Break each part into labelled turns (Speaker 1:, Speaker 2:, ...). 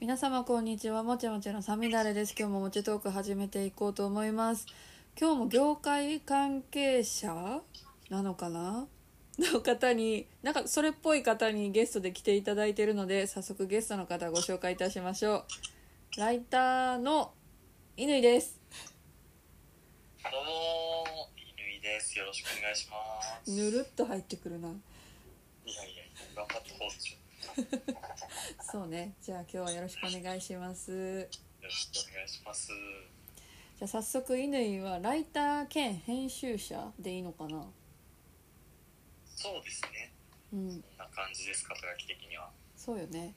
Speaker 1: 皆様こんにちはもちもちのさみだれです今日ももちトーク始めていこうと思います今日も業界関係者なのかなの方になんかそれっぽい方にゲストで来ていただいているので早速ゲストの方ご紹介いたしましょうライターの乾です
Speaker 2: どうも、乾です。よろしくお願いします。
Speaker 1: ぬるっと入ってくるない
Speaker 2: やいや、頑張ってこうでしょ。
Speaker 1: そうねじゃあ今日はよろしくお願いします
Speaker 2: よろしくお願いします。
Speaker 1: じゃあ早速乾はライター兼編集者でいいのかな
Speaker 2: そうですね。
Speaker 1: うん
Speaker 2: こんな感じです、肩書き的には。
Speaker 1: そうよね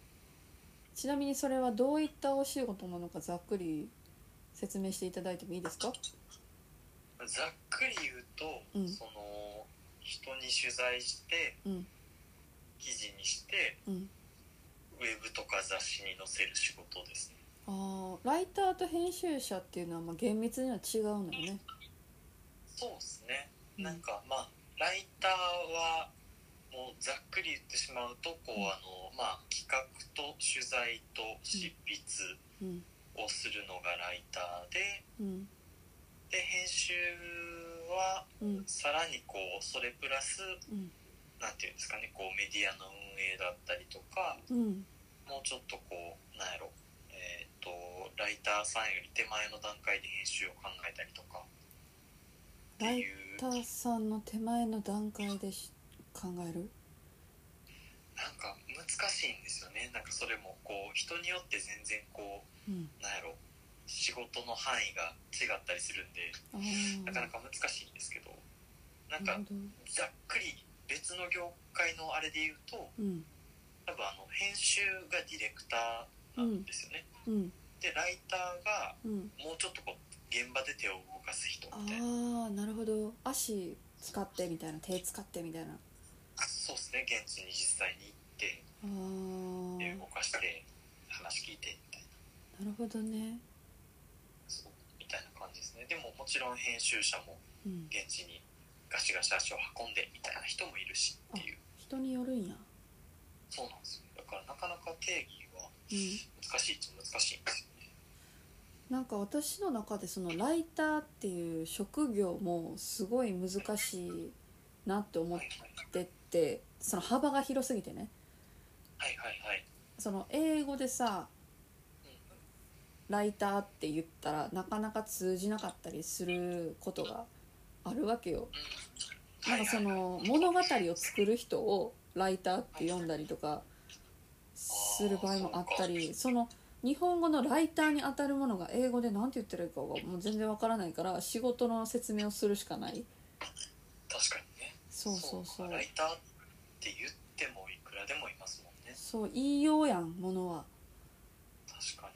Speaker 1: ちなみにそれはどういったお仕事なのかざっくり説明していただいてもいいですか
Speaker 2: ざっくり言うと、
Speaker 1: うん
Speaker 2: その、人に取材して、
Speaker 1: うん
Speaker 2: 記事にして、
Speaker 1: うん
Speaker 2: ウェブとか雑誌に載せる仕事ですね。
Speaker 1: あーライターと編集者っていうのはまあ厳密には違うのよね
Speaker 2: そうですね。
Speaker 1: うん
Speaker 2: なんか、まあ、ライターは、もうざっくり言ってしまうと、こう、あの、まあ、企画と取材と執筆、
Speaker 1: うん
Speaker 2: をするのがライターで
Speaker 1: うん
Speaker 2: で編集は
Speaker 1: うん
Speaker 2: さらにこうそれプラス
Speaker 1: うん
Speaker 2: なんていうんですかねこうメディアの運営だったりとか
Speaker 1: うん
Speaker 2: もうちょっとこうなんやろえっ、とライターさんより手前の段階で編集を考えたりとかって
Speaker 1: ラ
Speaker 2: い
Speaker 1: イ
Speaker 2: う
Speaker 1: ターさんの手前の段階でし考える
Speaker 2: なんか難しいんですよねなんかそれもこう人によって全然こう
Speaker 1: うん
Speaker 2: なんやろ仕事の範囲が違ったりするんで
Speaker 1: あ
Speaker 2: なかな
Speaker 1: あ
Speaker 2: か難しいんですけどなん
Speaker 1: な
Speaker 2: か
Speaker 1: るほど
Speaker 2: ざっくり別の業界のあれで言うと
Speaker 1: うん
Speaker 2: 多分あの編集がディレクターなんですよね、
Speaker 1: うん
Speaker 2: でライターが
Speaker 1: うん
Speaker 2: もうちょっとこう現場で手を動かす人みたい
Speaker 1: あ
Speaker 2: な
Speaker 1: あなるほど足使ってみたいな手使ってみたいなあ
Speaker 2: そうですね現地に実際に行っ
Speaker 1: あ
Speaker 2: て手
Speaker 1: ー
Speaker 2: 動かして話聞いてみたい
Speaker 1: な
Speaker 2: な
Speaker 1: るほどね
Speaker 2: そうみたいな感じですねでももちろん編集者も
Speaker 1: うん
Speaker 2: 現地にガシガシ足を運んでみたいな人もいるしっていう
Speaker 1: 人によるんや
Speaker 2: そうなんですよだからなかなか定義は
Speaker 1: うん
Speaker 2: 難しいっちゃ難しいんですよね
Speaker 1: なんか私の中でそのライターっていう職業もすごい難しいなって思っ
Speaker 2: はいはい
Speaker 1: てってその幅が広すぎてね
Speaker 2: はいはいはい
Speaker 1: その英語でさライターって言ったらなかなか通じなかったりすることがあるわけよ
Speaker 2: うん
Speaker 1: なんかその物語を作る人をライターって呼んだりとかする場合もあったりその日本語のライターに当たるものが英語で何て言ったらいいかがもう全然わからないから仕事の説明をするしかない
Speaker 2: 確かにね
Speaker 1: そうそうそう
Speaker 2: かライターって言ってもいくらでもいますもんね
Speaker 1: そう言いようやんものは
Speaker 2: 確か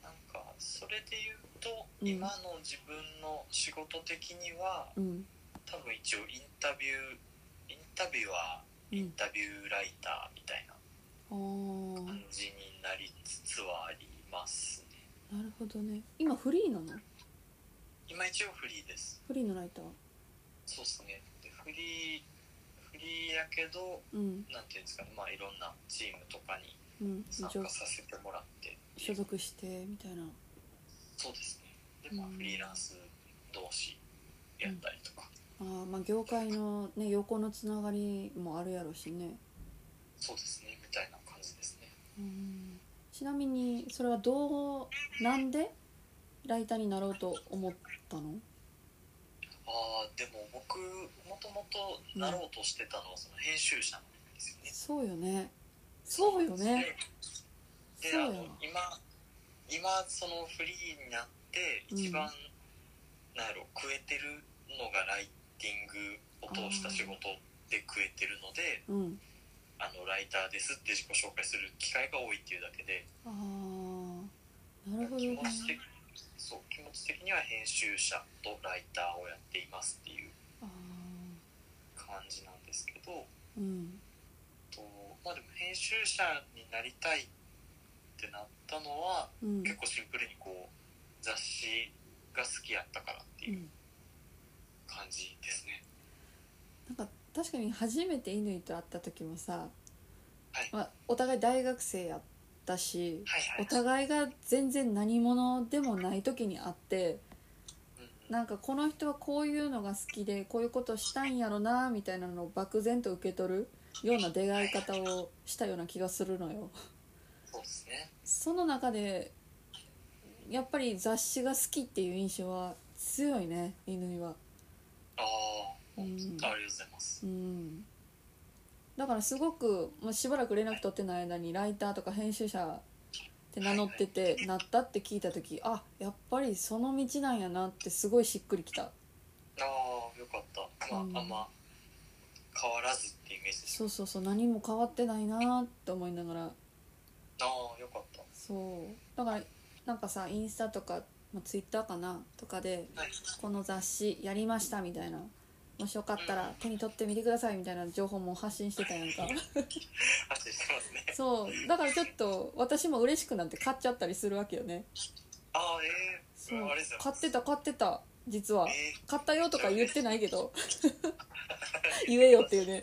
Speaker 2: になんかそれで言うと、
Speaker 1: うん
Speaker 2: 今の自分の仕事的には
Speaker 1: うん
Speaker 2: 多分一応インタビューインタビュア
Speaker 1: う
Speaker 2: ーイン
Speaker 1: ん
Speaker 2: タビューライターみたいな
Speaker 1: あー
Speaker 2: 感じになりつつはありますね
Speaker 1: なるほどね今フリーなの
Speaker 2: 今一応フリーです
Speaker 1: フリーのライター
Speaker 2: そうですねでフリーフリーやけど
Speaker 1: うん
Speaker 2: なんていうんですかねまあいろんなチームとかに
Speaker 1: うん
Speaker 2: 参
Speaker 1: 一応
Speaker 2: 加させてもらって
Speaker 1: 所属してみたいな
Speaker 2: そうですね。で、まあ、
Speaker 1: うん
Speaker 2: フリーランス同士やったりとか、
Speaker 1: あーまあ業界のね横のつながりもあるやろしね
Speaker 2: そうですね、みたいな感じですね。
Speaker 1: うんちなみにそれはどうなんでライターになろうと思ったの
Speaker 2: ああ、でも僕、もともとなろうとしてたのは、その編集者なんですよね。
Speaker 1: そうよねそうよね
Speaker 2: で。
Speaker 1: そう
Speaker 2: で、あ
Speaker 1: よ
Speaker 2: の、今、今、そのフリーになって、一番、なんやろ、食えてるのがライティングを通した仕事で食えてるので、
Speaker 1: うん
Speaker 2: あの、ライターですって自己紹介する機会が多いっていうだけで、
Speaker 1: ああなるほど
Speaker 2: 気
Speaker 1: ね
Speaker 2: 持ち的そう気持ち的には編集者とライターをやっていますっていう
Speaker 1: ああ
Speaker 2: 感じなんですけど
Speaker 1: うん
Speaker 2: と、まあ、でも編集者になりたいってなったのは
Speaker 1: うん
Speaker 2: 結構シンプルにこう雑誌が好きやったからって
Speaker 1: う
Speaker 2: いうん感じですね。
Speaker 1: なんか確かに初めて乾と会った時もさ、
Speaker 2: はい
Speaker 1: まあ、お互い大学生やっったし
Speaker 2: はいはい
Speaker 1: お互いが全然何者でもない時に会って
Speaker 2: うん
Speaker 1: なんかこの人はこういうのが好きでこういうことしたんやろなみたいなのを漠然と受け取るような出会い方をしたような気がするのよ。
Speaker 2: そうですね
Speaker 1: その中でやっぱり雑誌が好きっていう印象は強いね犬は。
Speaker 2: ああ、
Speaker 1: うん
Speaker 2: ありがとうございます
Speaker 1: うんだからすごく、まあ、しばらく連絡取ってない間にライターとか編集者って名乗っててなったって聞いた時あやっぱりその道なんやなってすごいしっくりきた
Speaker 2: ああよかったまあ、
Speaker 1: うん
Speaker 2: あんま変わらずってイメージです
Speaker 1: そうそうそう何も変わってないなって思いながら
Speaker 2: ああよかった
Speaker 1: そうだからなんかさインスタとか、まあ、ツイッターかなとかで
Speaker 2: はい
Speaker 1: この雑誌やりましたみたいなもしよかったら手に取ってみてくださいみたいな情報も発信してたやんか
Speaker 2: 発信してますね
Speaker 1: そうだからちょっと私も嬉しくなって買っちゃったりするわけよね
Speaker 2: ああええ
Speaker 1: そう
Speaker 2: ありがとうご
Speaker 1: 買
Speaker 2: ざいま
Speaker 1: っ
Speaker 2: す
Speaker 1: てた買ってた実は
Speaker 2: ええ
Speaker 1: 買ったよとか言ってないけど 言えよっていうね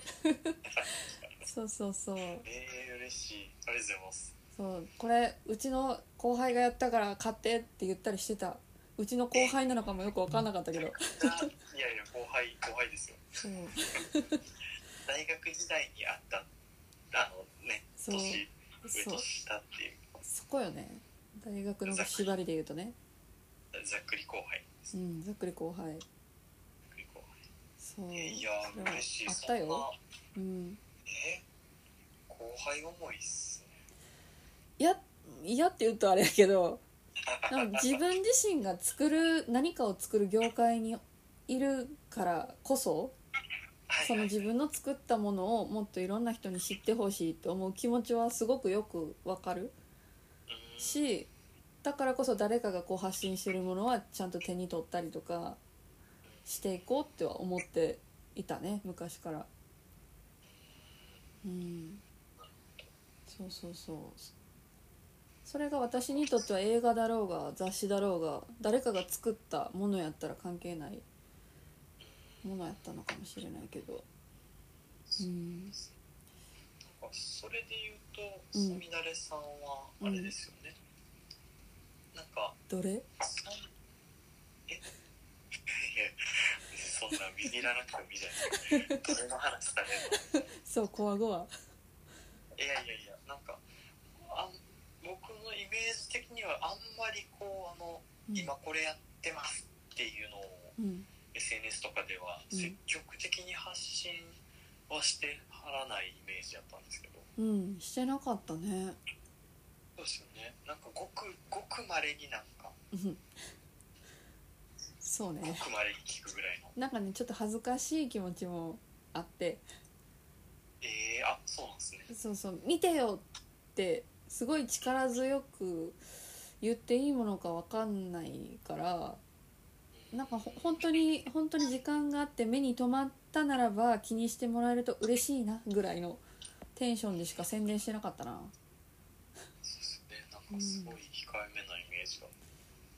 Speaker 1: そうそうそう
Speaker 2: ええ嬉しいありがとうございます
Speaker 1: そうこれうちの後輩がやったから買ってって言ったりしてたうちの後輩なのかもよく分かんなかったけど
Speaker 2: あいやいや後輩後輩ですよ
Speaker 1: そう
Speaker 2: 大学時代にあったあのね
Speaker 1: そう
Speaker 2: 年上
Speaker 1: そう
Speaker 2: と下っていう
Speaker 1: そこよね大学の縛りで言うとね
Speaker 2: ざっくり後輩です
Speaker 1: うんざっくり後輩
Speaker 2: ざっくり後輩
Speaker 1: そう
Speaker 2: いや
Speaker 1: それは
Speaker 2: 嬉しい
Speaker 1: あった
Speaker 2: そんな
Speaker 1: ようん
Speaker 2: え後輩思いっすね
Speaker 1: いやいやって言うとあれやけど なんか自分自身が作る何かを作る業界にいるからこそ
Speaker 2: はい
Speaker 1: その
Speaker 2: はい
Speaker 1: 自分の作ったものをもっといろんな人に知ってほしいと思う気持ちはすごくよくわかる
Speaker 2: うん
Speaker 1: しだからこそ誰かがこう発信してるものはちゃんと手に取ったりとかしていこうっては思っていたね昔からうんそうそうそうそれが私にとっては映画だろうが雑誌だろうが誰かが作ったものやったら関係ないものやったのかもしれないけどうん
Speaker 2: なんかそれで言うと、
Speaker 1: うん
Speaker 2: すみだれさんはあれですよね、なんか
Speaker 1: どれ
Speaker 2: そんえいやそんなビビらなくてもいいじゃないですかどれの話される
Speaker 1: そうこわごわ
Speaker 2: のいやいやいやなんかあん僕のイメージ的にはあんまりこうあの、
Speaker 1: うん
Speaker 2: 今これやってますっていうのを
Speaker 1: うん
Speaker 2: SNS とかでは
Speaker 1: うん
Speaker 2: 積極的に発信はしてはらないイメージだったんですけど
Speaker 1: うんしてなかったね
Speaker 2: そうですよねなんかごくごくまれになんか
Speaker 1: うんそうね
Speaker 2: ごくまれに聞くぐらいの
Speaker 1: なんかねちょっと恥ずかしい気持ちもあって
Speaker 2: えー、あそうなんですね
Speaker 1: そうそう「見てよ!」ってすごい力強く言っていいものかわかんないからなんかほ本当に本当に時間があって目に留まったならば気にしてもらえると嬉しいなぐらいのテンションでしか宣伝してなかったな
Speaker 2: そうですねなんかすごい控えめなイメージが、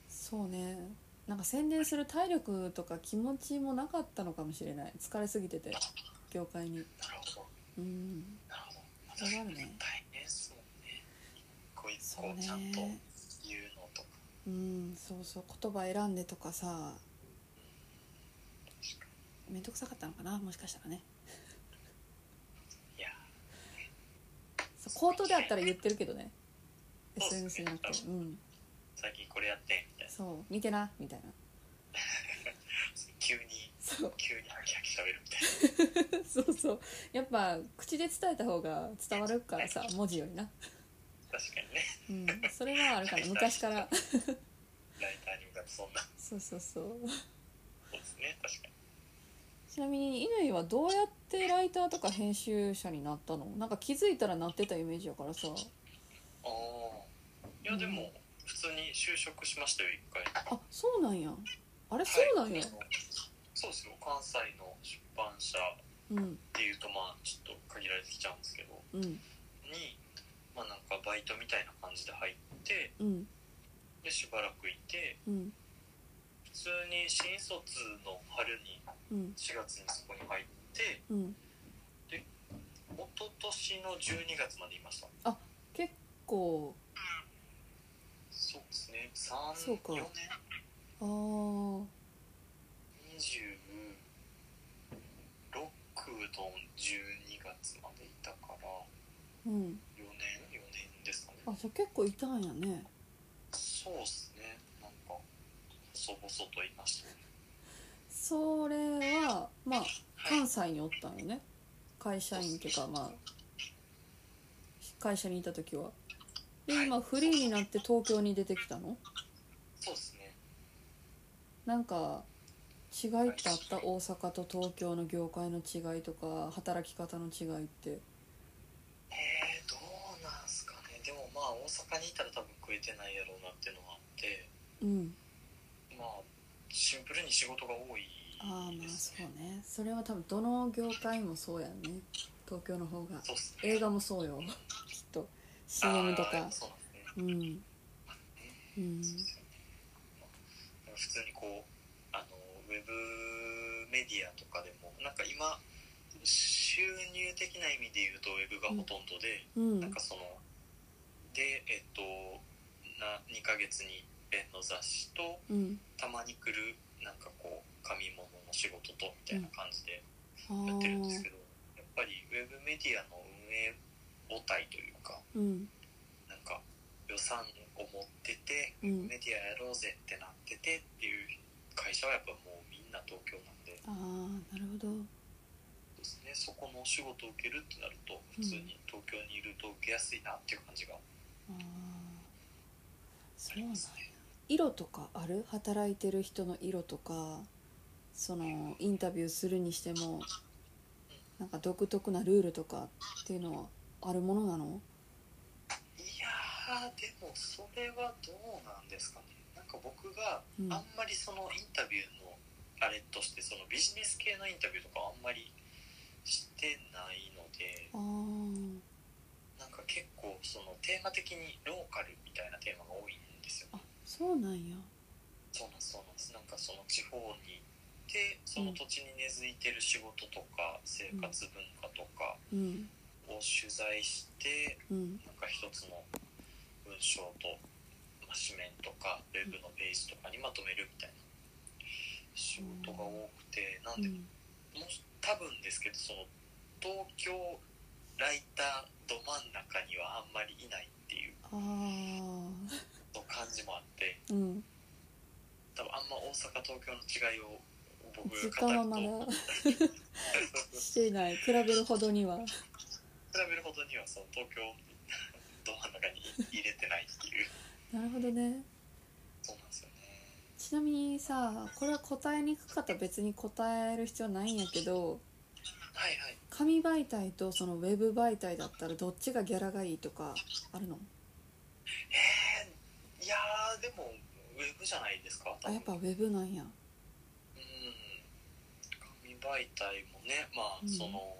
Speaker 1: そうねなんか宣伝する体力とか気持ちもなかったのかもしれない疲れすぎてて業界に
Speaker 2: なるほど
Speaker 1: うん
Speaker 2: なるほどま
Speaker 1: それはあるね
Speaker 2: 大変ですもんね一個一
Speaker 1: そう
Speaker 2: 個
Speaker 1: ね
Speaker 2: ちゃんと言うのとか
Speaker 1: うんそうそう言葉選んでとかさ
Speaker 2: 確か
Speaker 1: 面倒くさかったのかなもしかしたらね
Speaker 2: にいや
Speaker 1: そう口頭であったら言ってるけどね
Speaker 2: そうっすね
Speaker 1: SNS じゃなくてうん
Speaker 2: 最近これやってみたいな
Speaker 1: そう見てなみたいな
Speaker 2: 急に
Speaker 1: そう
Speaker 2: 急にハキハキしゃべるみたいな
Speaker 1: そうそうやっぱ口で伝えた方が伝わるからさ文字よりな
Speaker 2: 確かにね
Speaker 1: うんそれはあるかな昔から
Speaker 2: ライターに向かってそんな
Speaker 1: そうそうそう
Speaker 2: そうですね確かに
Speaker 1: ちなみに乾はどうやってライターとか編集者になったのなんか気づいたらなってたイメージやからさ
Speaker 2: ああいやでも普通に就職しましたよ一回
Speaker 1: あそうなんやあれそうなん
Speaker 2: はい
Speaker 1: や
Speaker 2: あのそうですよ関西の出版社
Speaker 1: うん
Speaker 2: っていうとまあちょっと限られてきちゃうんですけど
Speaker 1: うん
Speaker 2: に、まあ、なんかバイトみたいな感じで入って
Speaker 1: うん
Speaker 2: でしばらくいて
Speaker 1: うん
Speaker 2: 普通に新卒の春に
Speaker 1: うん
Speaker 2: 4月にそこに入って
Speaker 1: うん
Speaker 2: 一昨年の12月までいました
Speaker 1: 結構
Speaker 2: そうですね3
Speaker 1: そうか
Speaker 2: 4年
Speaker 1: あー
Speaker 2: 26の12月までいたから
Speaker 1: うん
Speaker 2: 4年4年ですかね
Speaker 1: あじゃあ結構いたんやね
Speaker 2: そうですねなんか細々といましたね
Speaker 1: それはまあ
Speaker 2: はい
Speaker 1: 関西におったんよね会社員っていうかまあ会社にいた時はで今フリーになって東京に出てきたの
Speaker 2: そうですね
Speaker 1: なんか違いってあった大阪と東京の業界の違いとか働き方の違いって
Speaker 2: えー、どうなんすかねでもまあ大阪にいたら多分食えてないやろうなっていうのがあって
Speaker 1: うん
Speaker 2: まあシンプルに仕事が多い
Speaker 1: ああま
Speaker 2: で
Speaker 1: あ
Speaker 2: す
Speaker 1: そ
Speaker 2: ね
Speaker 1: うねそれは多分どの業界もそうやんね東京の方が
Speaker 2: そうっすね
Speaker 1: 映画もそうよきっと CM と
Speaker 2: あ
Speaker 1: か
Speaker 2: ーそうなんですね
Speaker 1: うんうん
Speaker 2: 普通にこうあのウェブメディアとかでもなんか今収入的な意味で言うとウェブがほとんどで、
Speaker 1: うん
Speaker 2: なんかそのでえっとな2ヶ月に一遍の雑誌と
Speaker 1: うん
Speaker 2: たまに来るなんかこう紙物の仕事とみたいな感じで
Speaker 1: あ
Speaker 2: やってるんです
Speaker 1: ー
Speaker 2: けど、やっぱりウェブメディアの運営母体というか
Speaker 1: うん
Speaker 2: なんか予算を持ってて
Speaker 1: うん
Speaker 2: メディアやろうぜってなっててっていう会社はやっぱもうみんな東京なんで
Speaker 1: ああなるほど
Speaker 2: です、ね、そこのお仕事を受けるってなると普通に東京にいると受けやすいなっていう感じがあ
Speaker 1: ああそう
Speaker 2: り
Speaker 1: なん
Speaker 2: ま
Speaker 1: や
Speaker 2: すね。
Speaker 1: 色とかある働いてる人の色とかそのインタビューするにしてもなんか独特なルールとかっていうのはあるものなの
Speaker 2: いやーでもそれはどうなんですかねなんか僕が
Speaker 1: うん
Speaker 2: あんまりそのインタビューのあれとしてそのビジネス系のインタビューとかあんまりしてないので
Speaker 1: あー
Speaker 2: なんか結構そのテーマ的にローカルみたいなテーマが多いんですよ
Speaker 1: あそうなんや
Speaker 2: そうなんですそうなんですなんかその地方に行ってその土地に根付いてる仕事とか生活文化とか
Speaker 1: うん
Speaker 2: を取材して
Speaker 1: うん
Speaker 2: なんか一つの文章と、まあ、紙面とかウェブのページとかにまとめるみたいな仕事が多くてなん
Speaker 1: う
Speaker 2: で
Speaker 1: ん
Speaker 2: もし多分ですけどその東京ライターど真ん中にはあんまりいないっていう
Speaker 1: ああ
Speaker 2: の感じもあって
Speaker 1: うん
Speaker 2: 多分あんま大阪東京の違いを僕
Speaker 1: 実感
Speaker 2: が
Speaker 1: は
Speaker 2: 語
Speaker 1: ま
Speaker 2: ると
Speaker 1: だ
Speaker 2: 比
Speaker 1: していない比べるほどには
Speaker 2: べるほどにはその東京ど真ん中に入れてないっていう
Speaker 1: なるほどね
Speaker 2: そうなんですよね
Speaker 1: ちなみにさこれは答えにくかったら別に答える必要ないんやけど
Speaker 2: はいはい
Speaker 1: 紙媒体とそのウェブ媒体だったらどっちがギャラがいいとかあるの
Speaker 2: えーいやーでもウェブじゃないですか
Speaker 1: あ
Speaker 2: 多分
Speaker 1: やっぱウェブなんや
Speaker 2: うん紙媒体もねまあ、
Speaker 1: うん
Speaker 2: その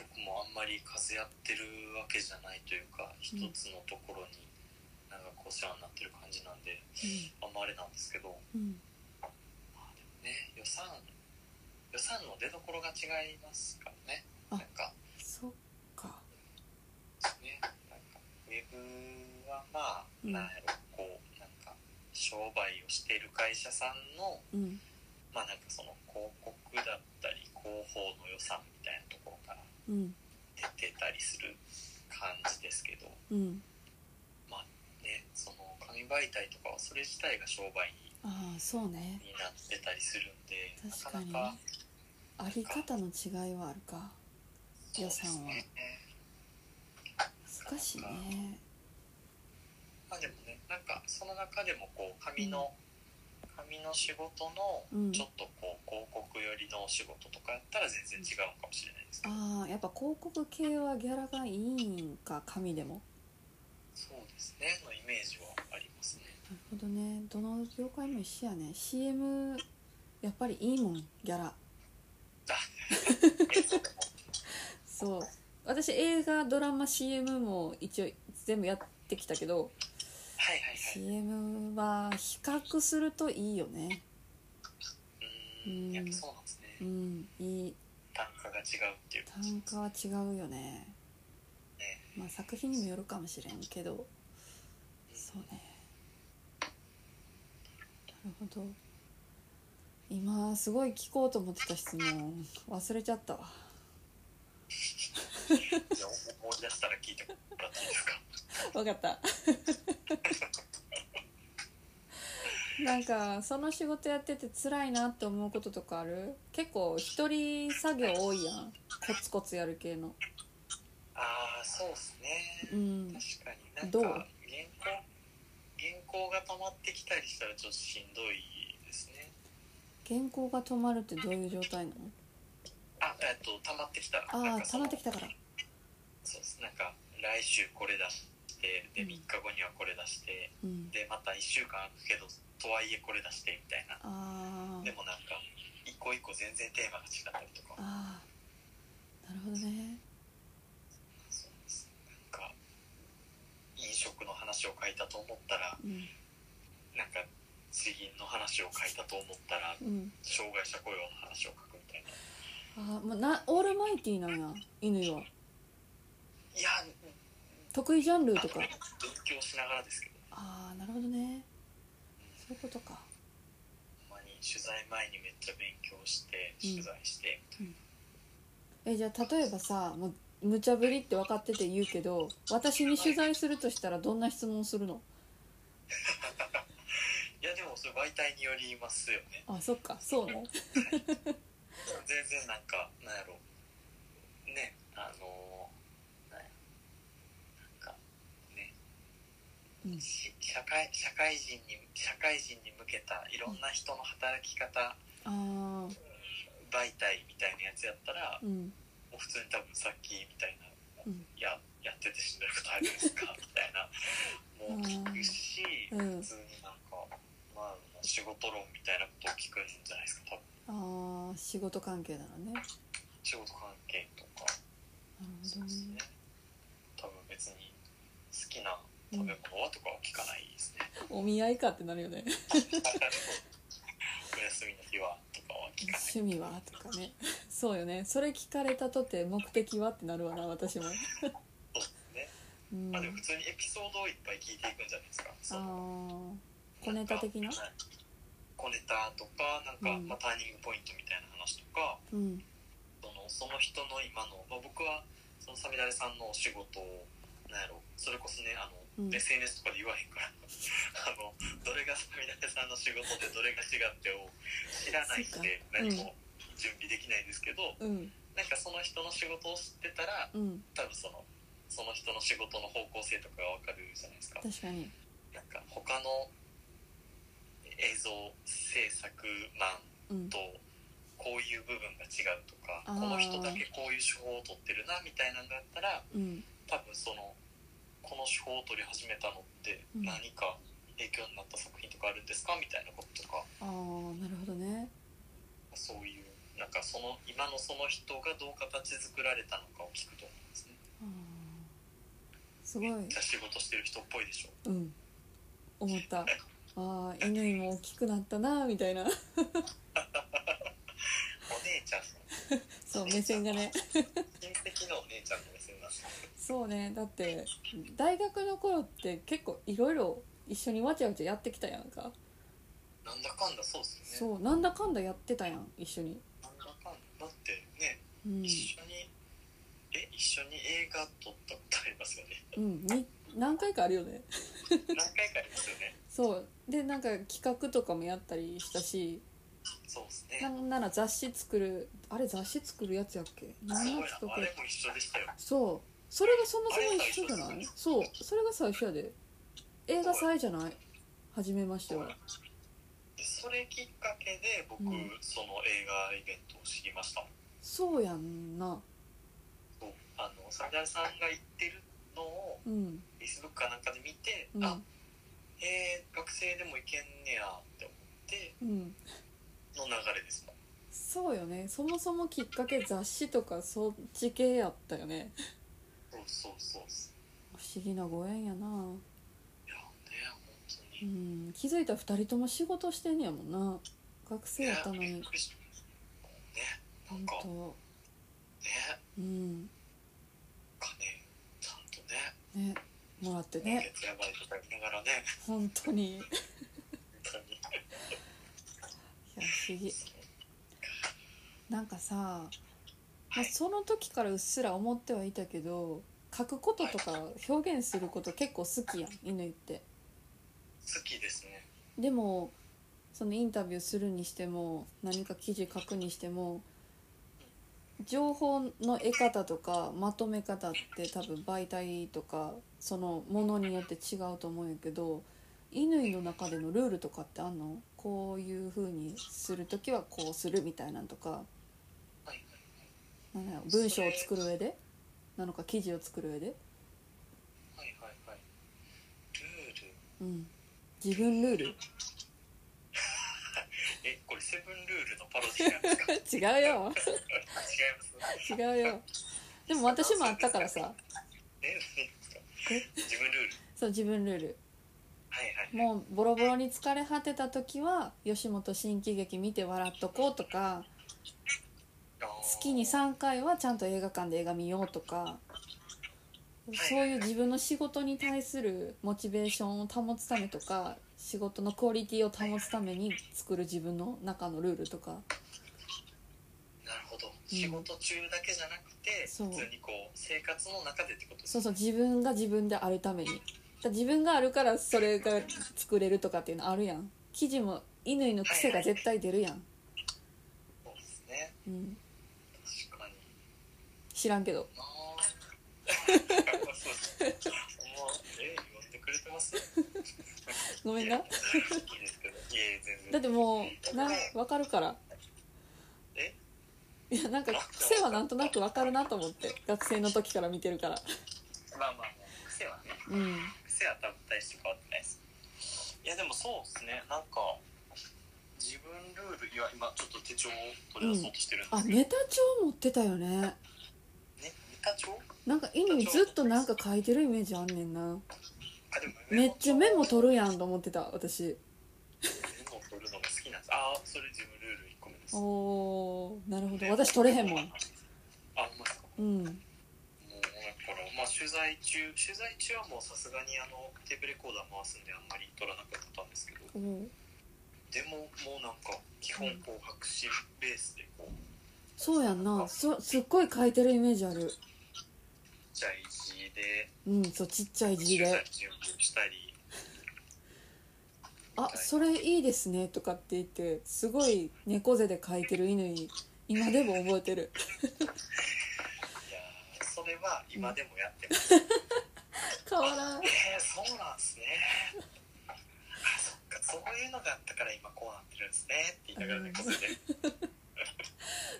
Speaker 2: 僕もあんまり数やってるわけじゃないというか一
Speaker 1: ん
Speaker 2: つのところに長くお世話になってる感じなんで、あんまあれなんですけど、
Speaker 1: うん
Speaker 2: まあ、でもね予算予算の出所が違いますからね
Speaker 1: あ
Speaker 2: なんか
Speaker 1: そっか
Speaker 2: ねなんかウェブはまあ、
Speaker 1: うん
Speaker 2: なんやろこうなんか商売をしている会社さんの
Speaker 1: うん
Speaker 2: まあなんかその広告だったり広報の予算みたいなところから
Speaker 1: うん
Speaker 2: 出てたりする感じですけど
Speaker 1: うん
Speaker 2: ねその紙媒体とかはそれ自体が商売に
Speaker 1: ああそうね
Speaker 2: なってたりするんでな
Speaker 1: 確
Speaker 2: か
Speaker 1: か
Speaker 2: な
Speaker 1: に
Speaker 2: か
Speaker 1: あり方の違いはあるか
Speaker 2: そうです
Speaker 1: 予算は
Speaker 2: ね
Speaker 1: 難しいね
Speaker 2: まあでもねなんかその中でもこう紙の、紙の仕事の
Speaker 1: うん
Speaker 2: ちょっとこう広告寄りのお仕事とかやったら全然違うのかもしれないですけど、
Speaker 1: ああやっぱ広告系はギャラがいいんか紙でも
Speaker 2: そうですねのイメージはあります ね
Speaker 1: なるほどねどの業界も一緒やね CM やっぱりいいもんギャラ
Speaker 2: えそうでも
Speaker 1: そう私映画ドラマ CM も一応全部やってきたけど
Speaker 2: はいはいはい
Speaker 1: CM は比較するといいよね
Speaker 2: うーんやっぱそうなんですね、
Speaker 1: うんいい
Speaker 2: 単価が違うっていう
Speaker 1: 単価は違うよね
Speaker 2: ね
Speaker 1: まあ作品にもよるかもしれんけどそうねなるほど今すごい聞こうと思ってた質問忘れちゃったわ
Speaker 2: じゃあ思い出したら聞いてもらっていいですか
Speaker 1: 分かったなんかその仕事やってて辛いなって思うこととかある結構一人作業多いやんコツコツやる系の
Speaker 2: ああそうですね
Speaker 1: うん
Speaker 2: 確かになん
Speaker 1: どう
Speaker 2: か原稿原稿が溜まってきたりしたらちょっとしんどいですね
Speaker 1: 原稿が止まるってどういう状態なの
Speaker 2: あえっと溜まってきたらな
Speaker 1: あ
Speaker 2: ん
Speaker 1: あ
Speaker 2: か
Speaker 1: 溜
Speaker 2: そ
Speaker 1: ま
Speaker 2: の
Speaker 1: ってきたから
Speaker 2: そうですなんか来週これ出してで
Speaker 1: うん
Speaker 2: 3日後にはこれ出して
Speaker 1: うん
Speaker 2: でまた1週間あるけどとはいえこれ出してみたいな
Speaker 1: あ
Speaker 2: で
Speaker 1: ー
Speaker 2: もなんか一個一個全然テーマが違ったりとか
Speaker 1: あーなるほどね
Speaker 2: そうですなんか飲食の話を書いたと思ったら
Speaker 1: うん
Speaker 2: なんか地銀の話を書いたと思ったら
Speaker 1: うん
Speaker 2: 障害者雇用の話を書くみたいな
Speaker 1: ああもうなオールマイティーなんや犬はい
Speaker 2: や
Speaker 1: 得意ジャンル
Speaker 2: あ
Speaker 1: と
Speaker 2: の
Speaker 1: か
Speaker 2: 勉強しながらですけど
Speaker 1: ああなるほどねそういうことか
Speaker 2: ほんまに取材前にめっちゃ勉強して
Speaker 1: うん
Speaker 2: 取材して、
Speaker 1: えじゃあ例えばさもう無茶ぶりって分かってて言うけど私に取材するとしたらどんな質問するの
Speaker 2: いやでもそれ媒体によりますよね
Speaker 1: あそっかそう ね
Speaker 2: 全然なんかなんやろねあのなんやなんかね
Speaker 1: うん
Speaker 2: し社会社会人に社会人に向けたいろんな人の働き方
Speaker 1: あ
Speaker 2: 媒体みたいなやつやったら
Speaker 1: あうん
Speaker 2: もう普通に多分さっきみたいな
Speaker 1: うん
Speaker 2: いややってて死んでることあるんですかみたいなもう聞くし、
Speaker 1: うん
Speaker 2: 普通になんか、まあ、仕事論みたいなことを聞くんじゃないですか多分
Speaker 1: ああ仕事関係ならねなる
Speaker 2: 仕事関係とか
Speaker 1: ほ
Speaker 2: そう
Speaker 1: ど
Speaker 2: です
Speaker 1: ね
Speaker 2: ね多分別に好きな食べ物はとかは聞かないですね、
Speaker 1: お見合いかってなるよね
Speaker 2: お休みの日はとかは聞かない
Speaker 1: 趣味はとかねそうよねそれ聞かれたとて目的はってなるわな私も
Speaker 2: そうですね、
Speaker 1: うん
Speaker 2: ま
Speaker 1: あ
Speaker 2: あでも普通にエピソードをいっぱい聞いていくんじゃないですか
Speaker 1: あ
Speaker 2: その
Speaker 1: ー小ネタ的な
Speaker 2: はい小ネタとかなんか、
Speaker 1: うん
Speaker 2: まあ、ターニングポイントみたいな話とか
Speaker 1: うん
Speaker 2: そのその人の今の、まあ、僕はそのサミダレさんのお仕事をなんやろそれこそねあの、
Speaker 1: うん
Speaker 2: SNS とかで言わへんから あのどれがサミダレさんの仕事でどれが違ってを知らないん
Speaker 1: そっか
Speaker 2: で何も準備できないんですけど、
Speaker 1: うん
Speaker 2: なんかその人の仕事を知ってたら
Speaker 1: うん
Speaker 2: 多分そのその人の仕事の方向性とかが分かるじゃないですか。
Speaker 1: 確かに
Speaker 2: なんか他の映像制作マン
Speaker 1: うん
Speaker 2: とこういう部分が違うとか
Speaker 1: あー
Speaker 2: この人だけこういう手法を取ってるなみたいなのだったら
Speaker 1: うん
Speaker 2: 多分そのこの手法を取り始めたのって
Speaker 1: うん
Speaker 2: 何か影響になった作品とかあるんですかみたいなこととか
Speaker 1: ああなるほどね
Speaker 2: そういうなんかその今のその人がどう形作られたのかを聞くと思うんですね。
Speaker 1: あーすごい
Speaker 2: めっちゃ仕事してる人っぽいでしょ。
Speaker 1: うん思ったああ犬も大きくなったなみたいな
Speaker 2: お姉ちゃんの
Speaker 1: そう目線がね
Speaker 2: 親戚のお姉ちゃんの目線なんですね
Speaker 1: そうねだって大学の頃って結構いろいろ一緒にわちゃわちゃやってきたやんか
Speaker 2: なんだかんだそうですよね。
Speaker 1: そうなんだかんだやってたやん一緒に
Speaker 2: なんだかんだだってね
Speaker 1: うん、
Speaker 2: 一緒にえ一緒に映画撮ったことありますよ ね
Speaker 1: うん、に何回かあるよね
Speaker 2: 何回かありますよね
Speaker 1: そうでなんか企画とかもやったりしたし
Speaker 2: そうです
Speaker 1: な
Speaker 2: ね
Speaker 1: んなら雑誌作るあれ雑誌作るやつやっけ
Speaker 2: す
Speaker 1: 何
Speaker 2: ご
Speaker 1: の
Speaker 2: い
Speaker 1: 作
Speaker 2: なあ
Speaker 1: る
Speaker 2: れも一緒でしたよ
Speaker 1: そうそれがそもそも一緒じゃないそうそれが最初やで映画祭じゃない初めましては
Speaker 2: でそれきっかけで僕、
Speaker 1: うん
Speaker 2: その映画イベントを知りましたもん
Speaker 1: そうやんな
Speaker 2: そうあのサミダルさんが行ってるのを
Speaker 1: うん
Speaker 2: フェイスブックかなんかで見て、
Speaker 1: うん
Speaker 2: あえー、学生でも行けんねやって思って
Speaker 1: うん
Speaker 2: の流れですもん
Speaker 1: そうよねそもそもきっかけ雑誌とかそっち系やったよね
Speaker 2: そうそうそうい
Speaker 1: 不思議なご縁やな
Speaker 2: やね本当
Speaker 1: う
Speaker 2: に、
Speaker 1: ん気づいたら2人とも仕事してんねやもんな学生やったの
Speaker 2: ねび
Speaker 1: に
Speaker 2: っくりしたもう
Speaker 1: ほ
Speaker 2: ねなん
Speaker 1: ん
Speaker 2: か
Speaker 1: と
Speaker 2: ね
Speaker 1: うん
Speaker 2: 金ちゃんとね
Speaker 1: ねもらって
Speaker 2: 今
Speaker 1: ね
Speaker 2: 月やばいとか言いながらね
Speaker 1: 本当にいや
Speaker 2: 本当に
Speaker 1: 不思議なんかさ、まあその時からうっすら思ってはいたけど書くこととか表現すること結構好きやん乾って
Speaker 2: 好きですね
Speaker 1: でもそのインタビューするにしても何か記事書くにしても情報の得方とかまとめ方って多分媒体とかそのものによって違うと思うんやけど乾の中でのルールとかってあんのこういう風にする時はこうするみたいなんとか
Speaker 2: はい
Speaker 1: なんだろう文章を作る上でなのか記事を作る上で、
Speaker 2: はいはいはいルール
Speaker 1: うん、自分ルール
Speaker 2: えこれセブンルールのパロディなんですか違い
Speaker 1: 違うよ
Speaker 2: ます
Speaker 1: 違うよでも私もあったからさ
Speaker 2: え何ですか自分ルール
Speaker 1: そう自分ルール
Speaker 2: はいはい
Speaker 1: もうボロボロに疲れ果てた時は吉本新喜劇見て笑っとこうとか月に3回はちゃんと映画館で映画見ようとかそういう自分の仕事に対するモチベーションを保つためとか仕事のクオリティを保つために作る自分の中のルールとか
Speaker 2: なるほど仕事中だけじゃなくて、
Speaker 1: そう
Speaker 2: 普通にこう生活の中でってことです
Speaker 1: そうそう自分が自分であるためにだから自分があるからそれが作れるとかっていうのあるやん記事も乾の癖が絶対出るやん、
Speaker 2: そうですね
Speaker 1: うん、
Speaker 2: 確かに
Speaker 1: 知らんけど
Speaker 2: なあそうですねもうえ呼んでくれてます
Speaker 1: ご
Speaker 2: ご
Speaker 1: めん
Speaker 2: いや
Speaker 1: ない
Speaker 2: いですけどいえ全然
Speaker 1: だってもうな分かるから
Speaker 2: え
Speaker 1: いやなんか癖はなんとなく分かるなと思って学生の時から見てるから
Speaker 2: まあまあまあ癖はね
Speaker 1: うん
Speaker 2: 癖は多分大して変わってないですいやでもそうですねなんか自分ルールいや今ちょっと手帳を取り出そうとしてるんで
Speaker 1: あ
Speaker 2: すけど、
Speaker 1: ネタ帳持ってたよね
Speaker 2: ねネタ帳
Speaker 1: なんか乾ずっとなんか書いてるイメージあんねんな
Speaker 2: あでも
Speaker 1: めっちゃメモ
Speaker 2: る
Speaker 1: 取るやんと思ってた私
Speaker 2: メモ取るのが好きなんですああそれ自分ルール1個目です
Speaker 1: おーなるほど私取れへんもん
Speaker 2: あほんまですか
Speaker 1: うん
Speaker 2: もうだからまあ取材中取材中はもうさすがにあのテーブルレコーダー回すんであんまり取らなかったんですけど
Speaker 1: おー
Speaker 2: でももうなんか基本こう白紙ベースでこう
Speaker 1: そうやんなそすっごい書いてるイメージある
Speaker 2: じゃあ字で
Speaker 1: うんそうちっちゃい字
Speaker 2: 取材
Speaker 1: で
Speaker 2: 準備をしたり
Speaker 1: 「あそれいいですね」とかって言ってすごい猫背で書いてる乾今でも覚えて る
Speaker 2: いやーそれは今でもやってます、
Speaker 1: 変わらん
Speaker 2: えーそうなんすねあそっかそういうのがあったから今こうなってるんですねって言いながらねこうやって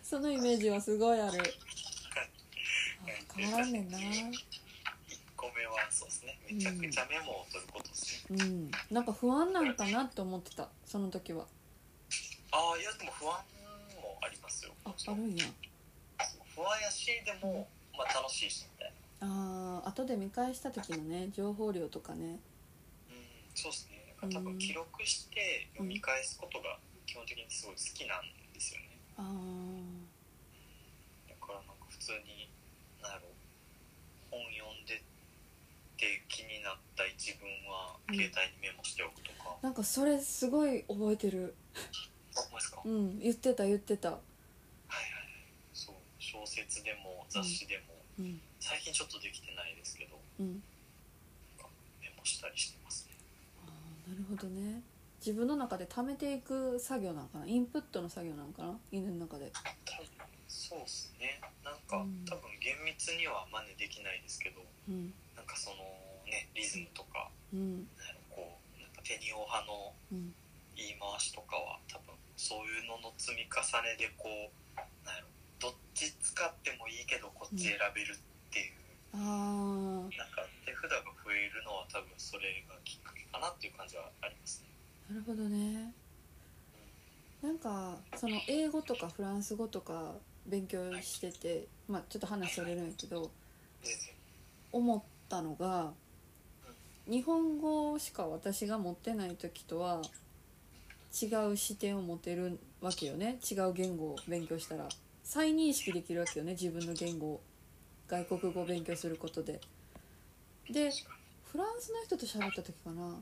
Speaker 1: そのイメージはすごいある あ変わらんねんな
Speaker 2: 1個目はそうですねめちゃくちゃメモを取ることですね、
Speaker 1: うんなんか不安なんかなって思ってたその時は
Speaker 2: ああいやでも不安もありますよ
Speaker 1: ああるんや
Speaker 2: 不安やしでも、まあ、楽しいしみたいな
Speaker 1: あー後で見返した時のね情報量とかね
Speaker 2: うんそうですねなんか多分記録して読み返すことが基本的にすごい好きなんですよね
Speaker 1: あ
Speaker 2: だからなんか普通に何やろ本読んでて気になった一文は
Speaker 1: うん
Speaker 2: 携帯にメモしておくとか、
Speaker 1: ーなんかそれすごい覚えてる
Speaker 2: あほんまですか、
Speaker 1: うん言ってた言ってた
Speaker 2: はいはいはいそう小説でも雑誌でも、
Speaker 1: うん
Speaker 2: 最近ちょっとできてないですけど
Speaker 1: うん
Speaker 2: メモしたりしてますね
Speaker 1: あーなるほどね自分の中で貯めていく作業なんかなインプットの作業なんかな犬の中で
Speaker 2: 多分そうですねなんか、
Speaker 1: うん
Speaker 2: 多分厳密には真似できないですけど
Speaker 1: うん
Speaker 2: なんかそのねリズムとか
Speaker 1: うん
Speaker 2: なんやろこうなんかテニオ派の
Speaker 1: うん
Speaker 2: 言い回しとかは多分そういうのの積み重ねでこうなんやろどっち使ってもいいけどこっち選べるっていう、
Speaker 1: ああ
Speaker 2: なんか手札が増えるのは多分それがきっかけかなっていう感じはありますね。
Speaker 1: なるほどねなんかその英語とかフランス語とか勉強してて、まあ、ちょっと話それるんやけど
Speaker 2: 全然
Speaker 1: 思ったのが日本語しか私が持ってない時とは違う視点を持てるわけよね違う言語を勉強したら再認識できるわけよね自分の言語を外国語を勉強することでで
Speaker 2: 確か
Speaker 1: フランスの人と喋った時かな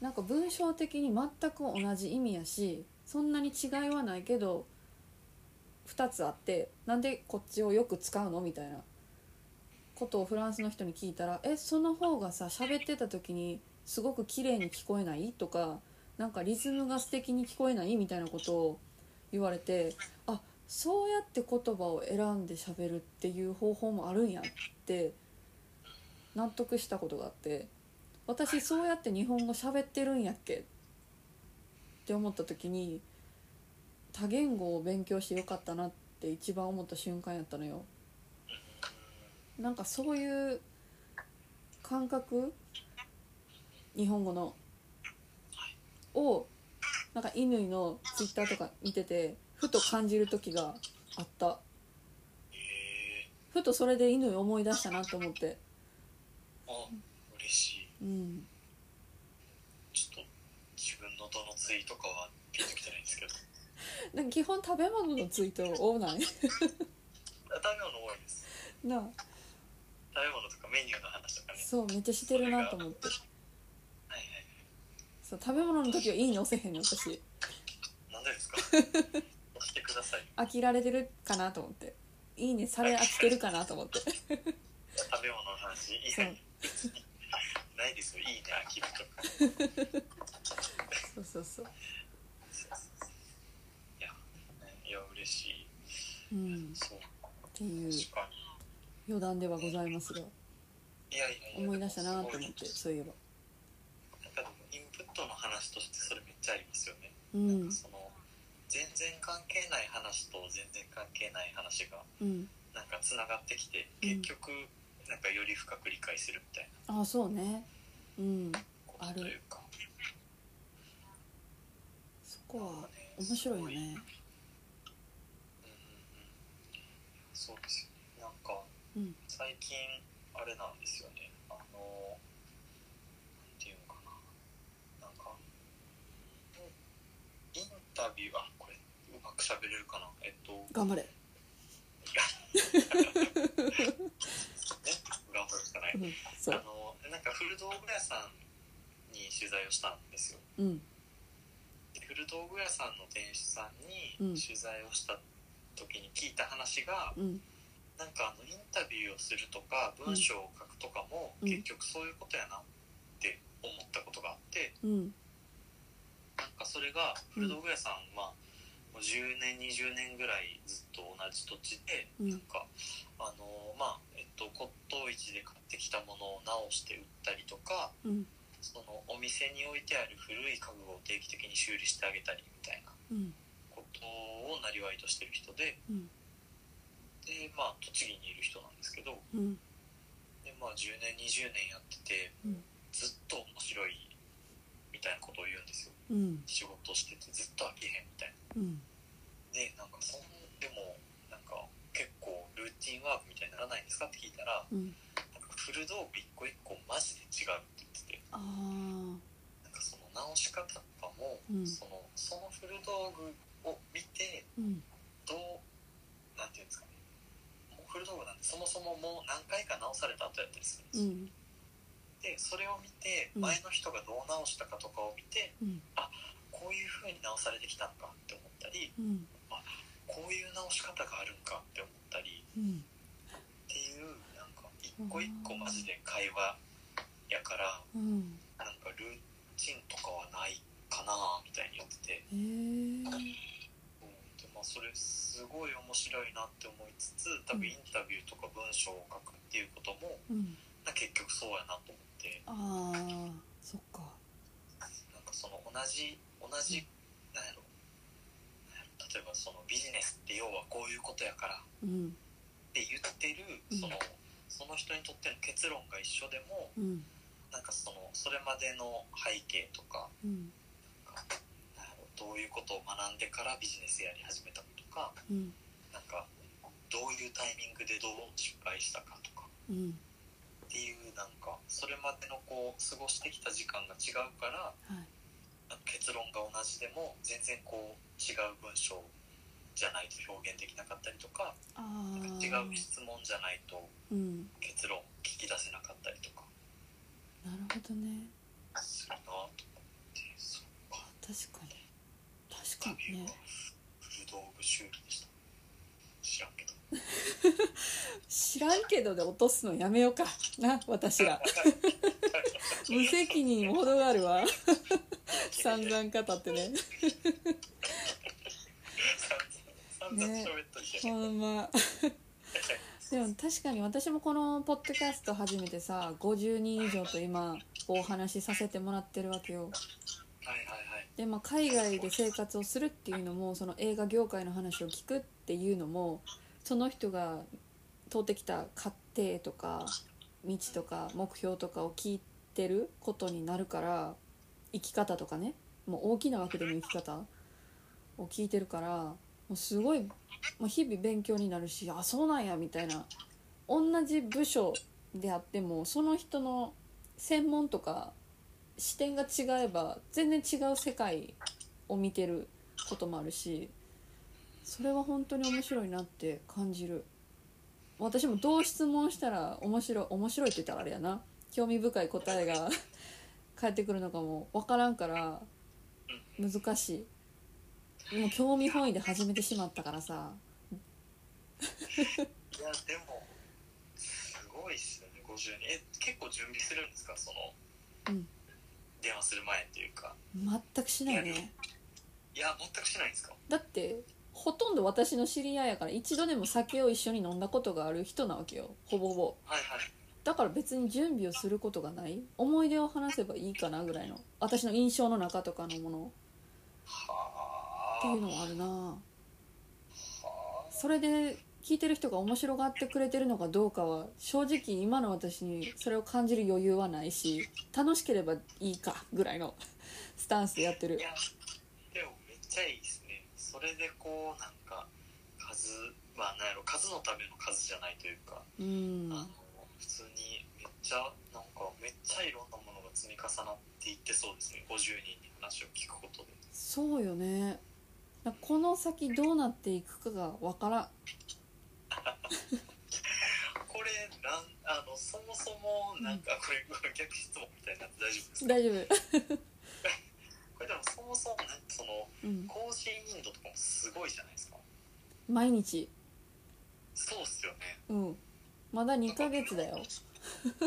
Speaker 1: なんか文章的に全く同じ意味やしそんなに違いはないけど2つあってなんでこっちをよく使うのみたいなことをフランスの人に聞いたら「えその方がさ喋ってた時にすごく綺麗に聞こえない?」とか「なんかリズムが素敵に聞こえない?」みたいなことを言われてあそうやって言葉を選んで喋るっていう方法もあるんやって納得したことがあって私そうやって日本語喋ってるんやっけって思った時に多言語を勉強してよかったなって一番思った瞬間やったのよ。なんかそういう感覚日本語のをなんか乾のツイッターとか見ててふと感じる時があった
Speaker 2: にえ
Speaker 1: ふとそれで乾思い出したなと思って
Speaker 2: ー、あ嬉しい
Speaker 1: うん
Speaker 2: ちょっと自分のどのツイートかはピンときてないんですけど
Speaker 1: なんか基本食べ物のツイート多ない
Speaker 2: 食べ物多いです
Speaker 1: なあ
Speaker 2: 食べ物とかメニューの話とかね
Speaker 1: そうめっちゃしてるなと思って
Speaker 2: はいはい
Speaker 1: そう食べ物の時は「いいね」押せへんの私
Speaker 2: なんで ですか押してください
Speaker 1: 飽きられてるかなと思って「いいね」され飽きてるかなと思って
Speaker 2: 食べ物の話以
Speaker 1: そ
Speaker 2: 外
Speaker 1: う
Speaker 2: ないですよいいね飽きるとか
Speaker 1: そうそうそう
Speaker 2: いやいや嬉しい
Speaker 1: うん
Speaker 2: そう
Speaker 1: っていう
Speaker 2: 確か
Speaker 1: 余談ではございますが
Speaker 2: にいやいやいや
Speaker 1: 思い出したなと思っ
Speaker 2: す
Speaker 1: てそういえば
Speaker 2: ごいなんかでもインプットの話としてそれめっちゃありますよね、
Speaker 1: う
Speaker 2: なん
Speaker 1: ん
Speaker 2: かその全然関係ない話と全然関係ない話が
Speaker 1: うん
Speaker 2: なんかつながってきて
Speaker 1: うん
Speaker 2: 結局なんかより深く理解するみたいな
Speaker 1: あそうねうん
Speaker 2: ことというか
Speaker 1: そこは面白いよね
Speaker 2: うんうんうんそうですよねなんか
Speaker 1: うん
Speaker 2: 最近あれなんですよねあのなんていうのかななんかインタビューあこれうまく喋れるかなえっと
Speaker 1: 頑張れ
Speaker 2: ね頑張るしかない
Speaker 1: うん
Speaker 2: あ
Speaker 1: そう
Speaker 2: のなんか古道具屋さんに取材をしたんですよ
Speaker 1: うん
Speaker 2: で古道具屋さんの店主さんに
Speaker 1: うん
Speaker 2: 取材をした時に聞いた話が、
Speaker 1: うん
Speaker 2: なんかあのインタビューをするとか文章を書くとかも、
Speaker 1: うん
Speaker 2: 結局そういうことやなって思ったことがあって
Speaker 1: うん
Speaker 2: なんかそれが古道具屋さんは、もう10年20年ぐらいずっと同じ土地で
Speaker 1: うん
Speaker 2: なんかあのまあえっと骨董市で買ってきたものを直して売ったりとか
Speaker 1: うん
Speaker 2: そのお店に置いてある古い家具を定期的に修理してあげたりみたいな
Speaker 1: うん
Speaker 2: ことをなりわいとしてる人で
Speaker 1: うん
Speaker 2: でまあ栃木にいる人なんですけど。
Speaker 1: うん
Speaker 2: でまあ10年20年やってて、
Speaker 1: うん
Speaker 2: ずっと面白いみたいなことを言うんですよ
Speaker 1: うん
Speaker 2: 仕事しててずっと飽きへんみたいな
Speaker 1: うん
Speaker 2: でなんかそんでもなんか結構ルーティンワークみたいにならないんですかって聞いたら
Speaker 1: うん
Speaker 2: なんか古道具一個一個マジで違うって言ってて
Speaker 1: ああ
Speaker 2: なんかその直し方とかも、
Speaker 1: うん
Speaker 2: そのその古道具を見て
Speaker 1: うん
Speaker 2: どうなんていうんですかねもう古道具なんてそもそももう何回か直された後やったりするんです
Speaker 1: う
Speaker 2: よ、
Speaker 1: ん
Speaker 2: でそれを見て
Speaker 1: うん
Speaker 2: 前の人がどう直したかとかを見て、
Speaker 1: うん
Speaker 2: こういう風に直されてきたのかって思ったり
Speaker 1: うん
Speaker 2: こういう直し方があるんかって思ったり
Speaker 1: うん
Speaker 2: っていうなんか一個一個マジで会話やから
Speaker 1: うん
Speaker 2: なんかルーチンとかはないかなみたいに言ってて、
Speaker 1: へえ
Speaker 2: うんでまあ、それすごい面白いなって思いつつ多分インタビューとか文章を書くっていうことも
Speaker 1: うん
Speaker 2: な結局そうやなと思って。
Speaker 1: ああそっか
Speaker 2: なんかその同じ同じなんやろなんやろ例えばそのビジネスって要はこういうことやからっ
Speaker 1: うん
Speaker 2: て言ってる
Speaker 1: うん
Speaker 2: そのその人にとっての結論が一緒でも
Speaker 1: うん
Speaker 2: なんかそのそれまでの背景とか
Speaker 1: うん
Speaker 2: なんやろどういうことを学んでからビジネスやり始めたのとか
Speaker 1: うん
Speaker 2: なんかどういうタイミングでどう失敗したかとか
Speaker 1: うん
Speaker 2: っていうなんかそれまでのこう過ごしてきた時間が違うから
Speaker 1: はい
Speaker 2: 結論が同じでも全然こう違う文章じゃないと表現できなかったりとか
Speaker 1: あ
Speaker 2: なんか違
Speaker 1: ー
Speaker 2: う質問じゃないと
Speaker 1: うん
Speaker 2: 結論聞き出せなかったりとか
Speaker 1: なるほどね
Speaker 2: するなと思ってそっか
Speaker 1: 確かに
Speaker 2: と
Speaker 1: 確か
Speaker 2: い
Speaker 1: に
Speaker 2: う
Speaker 1: ね
Speaker 2: か古道具修理でした知らんけど
Speaker 1: 知らんけどで落とすのやめようかな私ら無責任にも程があるわ散々語ってね
Speaker 2: 散々喋っといて、
Speaker 1: ほんまでも確かに私もこのポッドキャスト初めてさ50人以上と今お話しさせてもらってるわけよ
Speaker 2: はいはいはい
Speaker 1: で、まあ、海外で生活をするっていうのもその映画業界の話を聞くっていうのもその人が通ってきた過程とか道とか目標とかを聞いてることになるから生き方とかねもう大きな枠での生き方を聞いてるからもうすごいもう日々勉強になるしあそうなんやみたいな同じ部署であってもその人の専門とか視点が違えば全然違う世界を見てることもあるしそれは本当に面白いなって感じる私もどう質問したら面白い面白いって言ったらあれやな興味深い答えが 返ってくるのかも分からんから難しいでも興味本位で始めてしまったからさ
Speaker 2: いやでもすごいっすよね50人え結構準備するんですかその、
Speaker 1: うん
Speaker 2: 電話する前っていうか
Speaker 1: 全くしないね
Speaker 2: いや全くしないんですか
Speaker 1: だってほとんど私の知り合いやから一度でも酒を一緒に飲んだことがある人なわけよほぼほぼ
Speaker 2: はいはい
Speaker 1: だから別に準備をすることがない思い出を話せばいいかなぐらいの私の印象の中とかのもの
Speaker 2: は
Speaker 1: っ
Speaker 2: あ
Speaker 1: ていうのはあるな
Speaker 2: は
Speaker 1: それで聞いてる人が面白がってくれてるのかどうかは正直今の私にそれを感じる余裕はないし楽しければいいかぐらいの スタンスでやって
Speaker 2: あ
Speaker 1: る
Speaker 2: いやでもめっちゃいいですねそれでこうなんか数まあなんやろ数のための数じゃないというか、
Speaker 1: うん
Speaker 2: あの普通にめっちゃなんかめっちゃいろんなものが積み重なっていってそうですね50人に話を聞くことで
Speaker 1: そうよねだからこの先どうなっていくかがわからん
Speaker 2: これなんあのそもそもなんかこれ逆質問みたいになって大丈夫ですか
Speaker 1: 大丈夫
Speaker 2: これでもそもそもなんかその
Speaker 1: うん
Speaker 2: 更新頻度とかもすごいじゃないですか
Speaker 1: 毎日
Speaker 2: そうっすよね
Speaker 1: うんまだ2ヶ月だよ
Speaker 2: なんで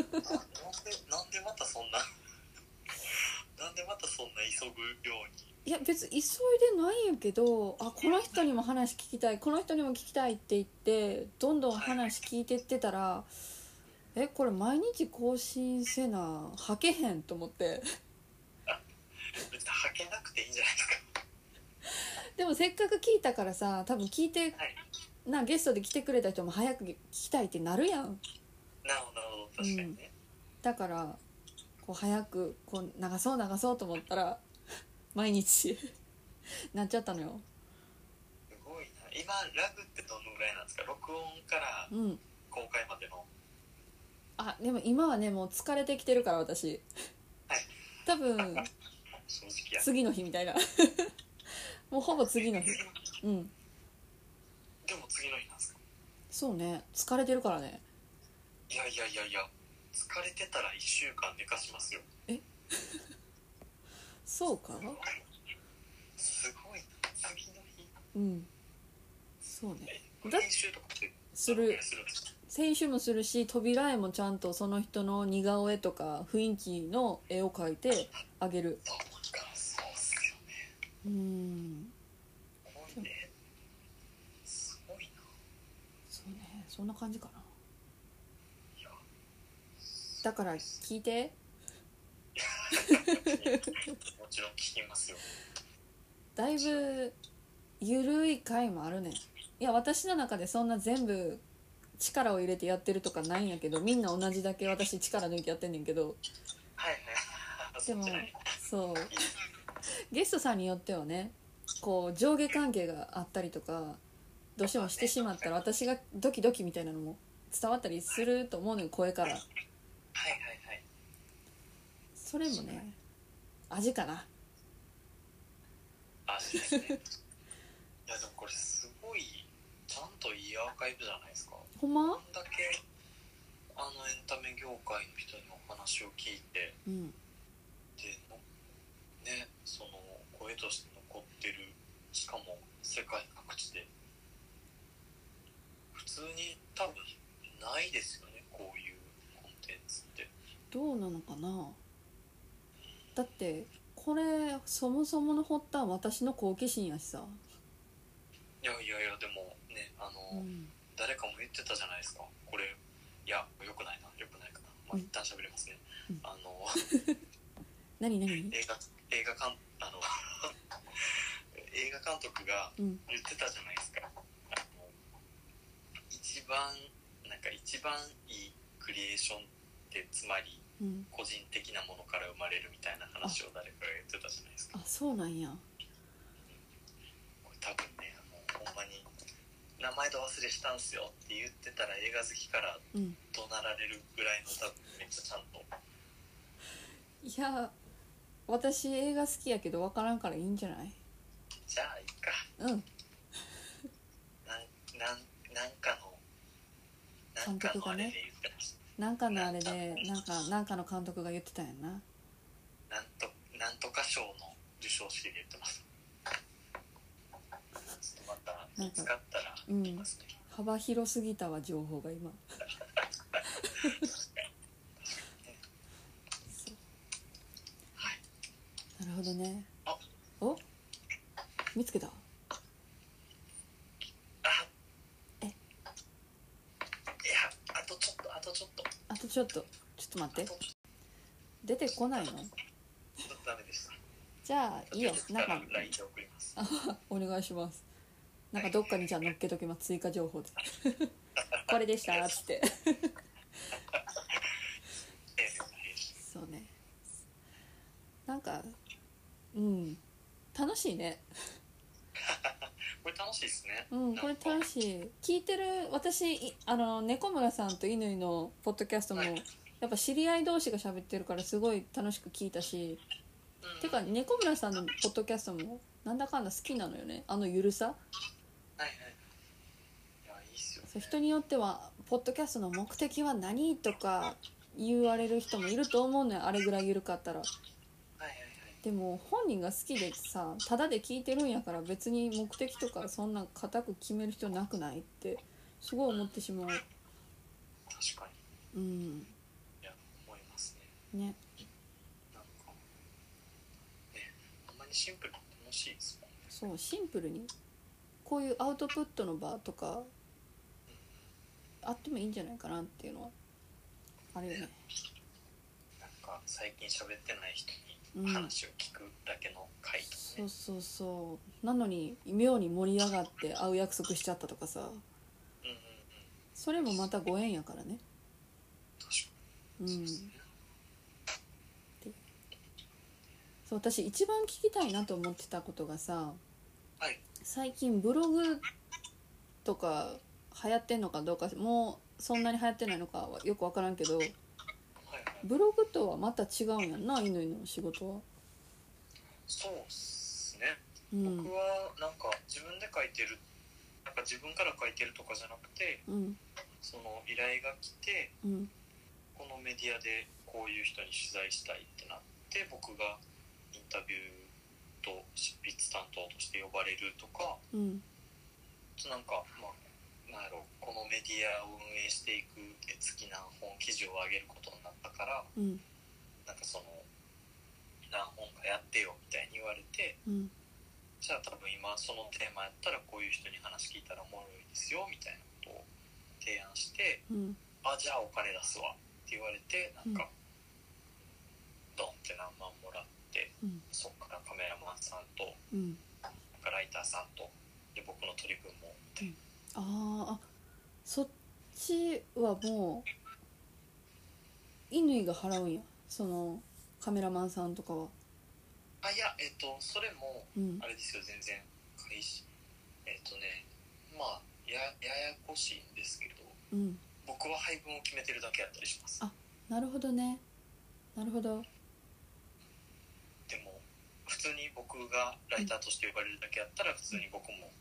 Speaker 2: なんでまたそんな なんでまたそんな急ぐように
Speaker 1: いや別に急いでないんやけどあこの人にも話聞きたいこの人にも聞きたいって言ってどんどん話聞いてってたらえこれ毎日更新せなはけへんと思って
Speaker 2: 別に履けなくていいんじゃないですか
Speaker 1: でもせっかく聞いたからさ多分聞いて
Speaker 2: はい
Speaker 1: なゲストで来てくれた人も早く聞きたいってなるやん
Speaker 2: なるほどなるほど確かにね、
Speaker 1: だからこう早くこう流そう流そうと思ったら毎日なっちゃったのよ
Speaker 2: すごいな今ラグってどのぐらいなんですか録音から
Speaker 1: うん
Speaker 2: 公開までの
Speaker 1: あでも今はねもう疲れてきてるから私
Speaker 2: はい
Speaker 1: 多分
Speaker 2: 正直や
Speaker 1: 次の日みたいな もうほぼ次の日うん
Speaker 2: でも次の日なんですか
Speaker 1: そうね疲れてるからね
Speaker 2: いやいやいやいや疲れてたら1週間寝かしますよ
Speaker 1: そうか
Speaker 2: すごいな次の日
Speaker 1: うんそうねだ
Speaker 2: 練習とかって
Speaker 1: す
Speaker 2: どのぐ
Speaker 1: る
Speaker 2: らいするんですか
Speaker 1: 選手もするし扉絵もちゃんとその人の似顔絵とか雰囲気の絵を描いてあげる
Speaker 2: そうかそうっすよね
Speaker 1: うん
Speaker 2: すごいねすごいな
Speaker 1: そうねそんな感じかない
Speaker 2: や
Speaker 1: だから聞いて
Speaker 2: もちろん聞きますよ。
Speaker 1: だいぶ緩い回もあるねいや私の中でそんな全部力を入れてやってるとかないんやけどみんな同じだけ私力抜いてやってんねんけど
Speaker 2: はいはい。
Speaker 1: でも
Speaker 2: そっちね
Speaker 1: そうゲストさんによってはねこう上下関係があったりとかどうしてもしてしまったら私がドキドキみたいなのも伝わったりすると思うのよ声から
Speaker 2: はいはいはい。
Speaker 1: それもね味かな
Speaker 2: あ、そうですね。いやでもこれすごいちゃんといいアーカイブじゃないですかこ
Speaker 1: ほんま
Speaker 2: んだけあのエンタメ業界の人にお話を聞いて
Speaker 1: うん
Speaker 2: でのねその声として残ってるしかも世界各地で普通に多分ないですよねこういうコンテンツって
Speaker 1: どうなのかなだってこれそもそもの発端は私の好奇心やしさ、
Speaker 2: いやいやいやでもねあ
Speaker 1: う
Speaker 2: の、
Speaker 1: ん、
Speaker 2: 誰かも言ってたじゃないですかこれいやよくないなよくないかな
Speaker 1: う
Speaker 2: まあ
Speaker 1: ん
Speaker 2: 一旦喋れますね、
Speaker 1: うん
Speaker 2: あの
Speaker 1: 何何
Speaker 2: 映画映画監あの 映画監督が
Speaker 1: うん
Speaker 2: 言ってたじゃないですかあの一番なんか一番いいクリエーションってつまり
Speaker 1: うん
Speaker 2: 個人的なものから生まれるみたいな話を誰かが言ってたじゃないですか
Speaker 1: あそうなんや
Speaker 2: これ多分ねあのほんまに名前と忘れしたんすよって言ってたら映画好きから
Speaker 1: うん
Speaker 2: 怒鳴られるぐらいの多分めっちゃちゃんと
Speaker 1: いや私映画好きやけど分からんからいいんじゃない
Speaker 2: じゃあいいか
Speaker 1: うん
Speaker 2: なんなんなんかのなんかのあれで言ってました、
Speaker 1: なんかのあれでなんかなんかの監督が言ってたんやな
Speaker 2: なんとなんとか賞の授賞式で言ってますちょっとまた見つかったら
Speaker 1: うん
Speaker 2: 言いますね、
Speaker 1: 幅広すぎたわ情報が今
Speaker 2: はい
Speaker 1: なるほどね
Speaker 2: あ
Speaker 1: お見つけた
Speaker 2: あ
Speaker 1: え
Speaker 2: いやあとちょっとあとちょっと
Speaker 1: あとちょっとちょっと
Speaker 2: あと
Speaker 1: 待っ
Speaker 2: ち
Speaker 1: て
Speaker 2: ょっと
Speaker 1: 出てこないの
Speaker 2: ちょっとダメでした
Speaker 1: じゃあいいよ
Speaker 2: な
Speaker 1: なんん
Speaker 2: か
Speaker 1: か
Speaker 2: LINE で送ります
Speaker 1: お願いしますなんかどっかにじゃあ乗っけときます追加情報で これでしたっつって
Speaker 2: ええ
Speaker 1: そうねなんかうん楽しいね
Speaker 2: これ楽しいですね
Speaker 1: うんこれ楽
Speaker 2: しい
Speaker 1: しい聞いてる私いあの猫村さんと乾のポッドキャストも
Speaker 2: はい
Speaker 1: やっぱ知り合い同士が喋ってるからすごい楽しく聞いたし、てか猫村さんのポッドキャストもなんだかんだ好きなのよねあのゆるさ
Speaker 2: はいはいいやいいっすよ、ね、
Speaker 1: そう人によってはポッドキャストの目的は何とか言われる人もいると思うのよあれぐらい緩かったら
Speaker 2: はいはい
Speaker 1: でも本人が好きでさただで聞いてるんやから別に目的とかそんな固く決める必要なくないってすごい思ってしまう
Speaker 2: はい確か
Speaker 1: う
Speaker 2: に
Speaker 1: ん
Speaker 2: いや思いますね
Speaker 1: ね
Speaker 2: なんかねあんまりシンプルに楽しいですもんね
Speaker 1: そうシンプルにこういうアウトプットの場とかあってもいいんじゃないかなっていうのはあるよね
Speaker 2: なんか最近喋ってない人
Speaker 1: うん
Speaker 2: に話を聞くだけの回とか
Speaker 1: そ
Speaker 2: ね、
Speaker 1: うそうそうなのに妙に盛り上がって会う約束しちゃったとかさ
Speaker 2: うん、うんうん
Speaker 1: それもまたご縁やからね
Speaker 2: 確か
Speaker 1: う
Speaker 2: に
Speaker 1: ん
Speaker 2: そうですね
Speaker 1: そう私一番聞きたいなと思ってたことがさ
Speaker 2: はい
Speaker 1: 最近ブログとか流行ってんのかどうかもうそんなに流行ってないのかはよく分からんけど
Speaker 2: はいはい
Speaker 1: ブログとはまた違うんやんな乾の仕事は。
Speaker 2: そうっすね、
Speaker 1: うん
Speaker 2: 僕はなんか自分で書いてるなんか自分から書いてるとかじゃなくて
Speaker 1: うん
Speaker 2: その依頼が来て
Speaker 1: うん
Speaker 2: このメディアでこういう人に取材したいってなって僕がインタビューと執筆担当として呼ばれるとか
Speaker 1: うん
Speaker 2: なんかまあなんやろこのメディアを運営していくで月何本記事を上げることになったから
Speaker 1: うん
Speaker 2: なんかその何本かやってよみたいに言われて
Speaker 1: うん
Speaker 2: じゃあ多分今そのテーマやったらこういう人に話聞いたらおもろいですよみたいなことを提案して
Speaker 1: うん
Speaker 2: あじゃあお金出すわって言われてなんか、ドンって何万もらって
Speaker 1: うん
Speaker 2: そっからカメラマンさんと
Speaker 1: うん
Speaker 2: なんかライターさんとで僕の取り分も
Speaker 1: あーあそっちはもう乾が払うんやそのカメラマンさんとかは。
Speaker 2: あいやえっとそれも
Speaker 1: うん
Speaker 2: あれですよ全然開始えっとねまあやややこしいんですけど
Speaker 1: うん
Speaker 2: 僕は配分を決めてるだけやったりします
Speaker 1: あなるほどねなるほど
Speaker 2: でも普通に僕がライターとして呼ばれるだけやったら普通に僕も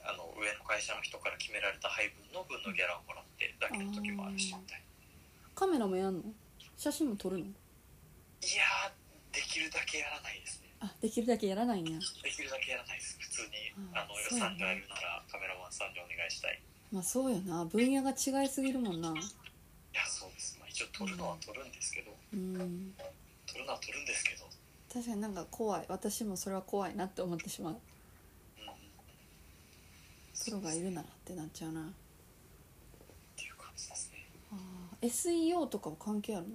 Speaker 2: あの上の会社の人から決められた配分の分のギャラをもらってだけの時もあるしみたいな
Speaker 1: カメラもやんの写真も撮るの
Speaker 2: いやーできるだけやらないですね
Speaker 1: あできるだけやらないんや
Speaker 2: できるだけやらないです普通に
Speaker 1: あー
Speaker 2: あの予
Speaker 1: そうなん
Speaker 2: 算
Speaker 1: だ
Speaker 2: があるならカメラマンさんにお願いしたい
Speaker 1: まあそうよな分野が違いすぎるもんない
Speaker 2: やそうです、まあ、一応撮るのは撮るんですけど
Speaker 1: うん
Speaker 2: 撮るのは撮るんですけど、
Speaker 1: 確かになんか怖い私もそれは怖いなって思ってしまう
Speaker 2: うん、
Speaker 1: プロがいるならってなっちゃうな
Speaker 2: っていう感じですね
Speaker 1: あー SEO とかは関係あるの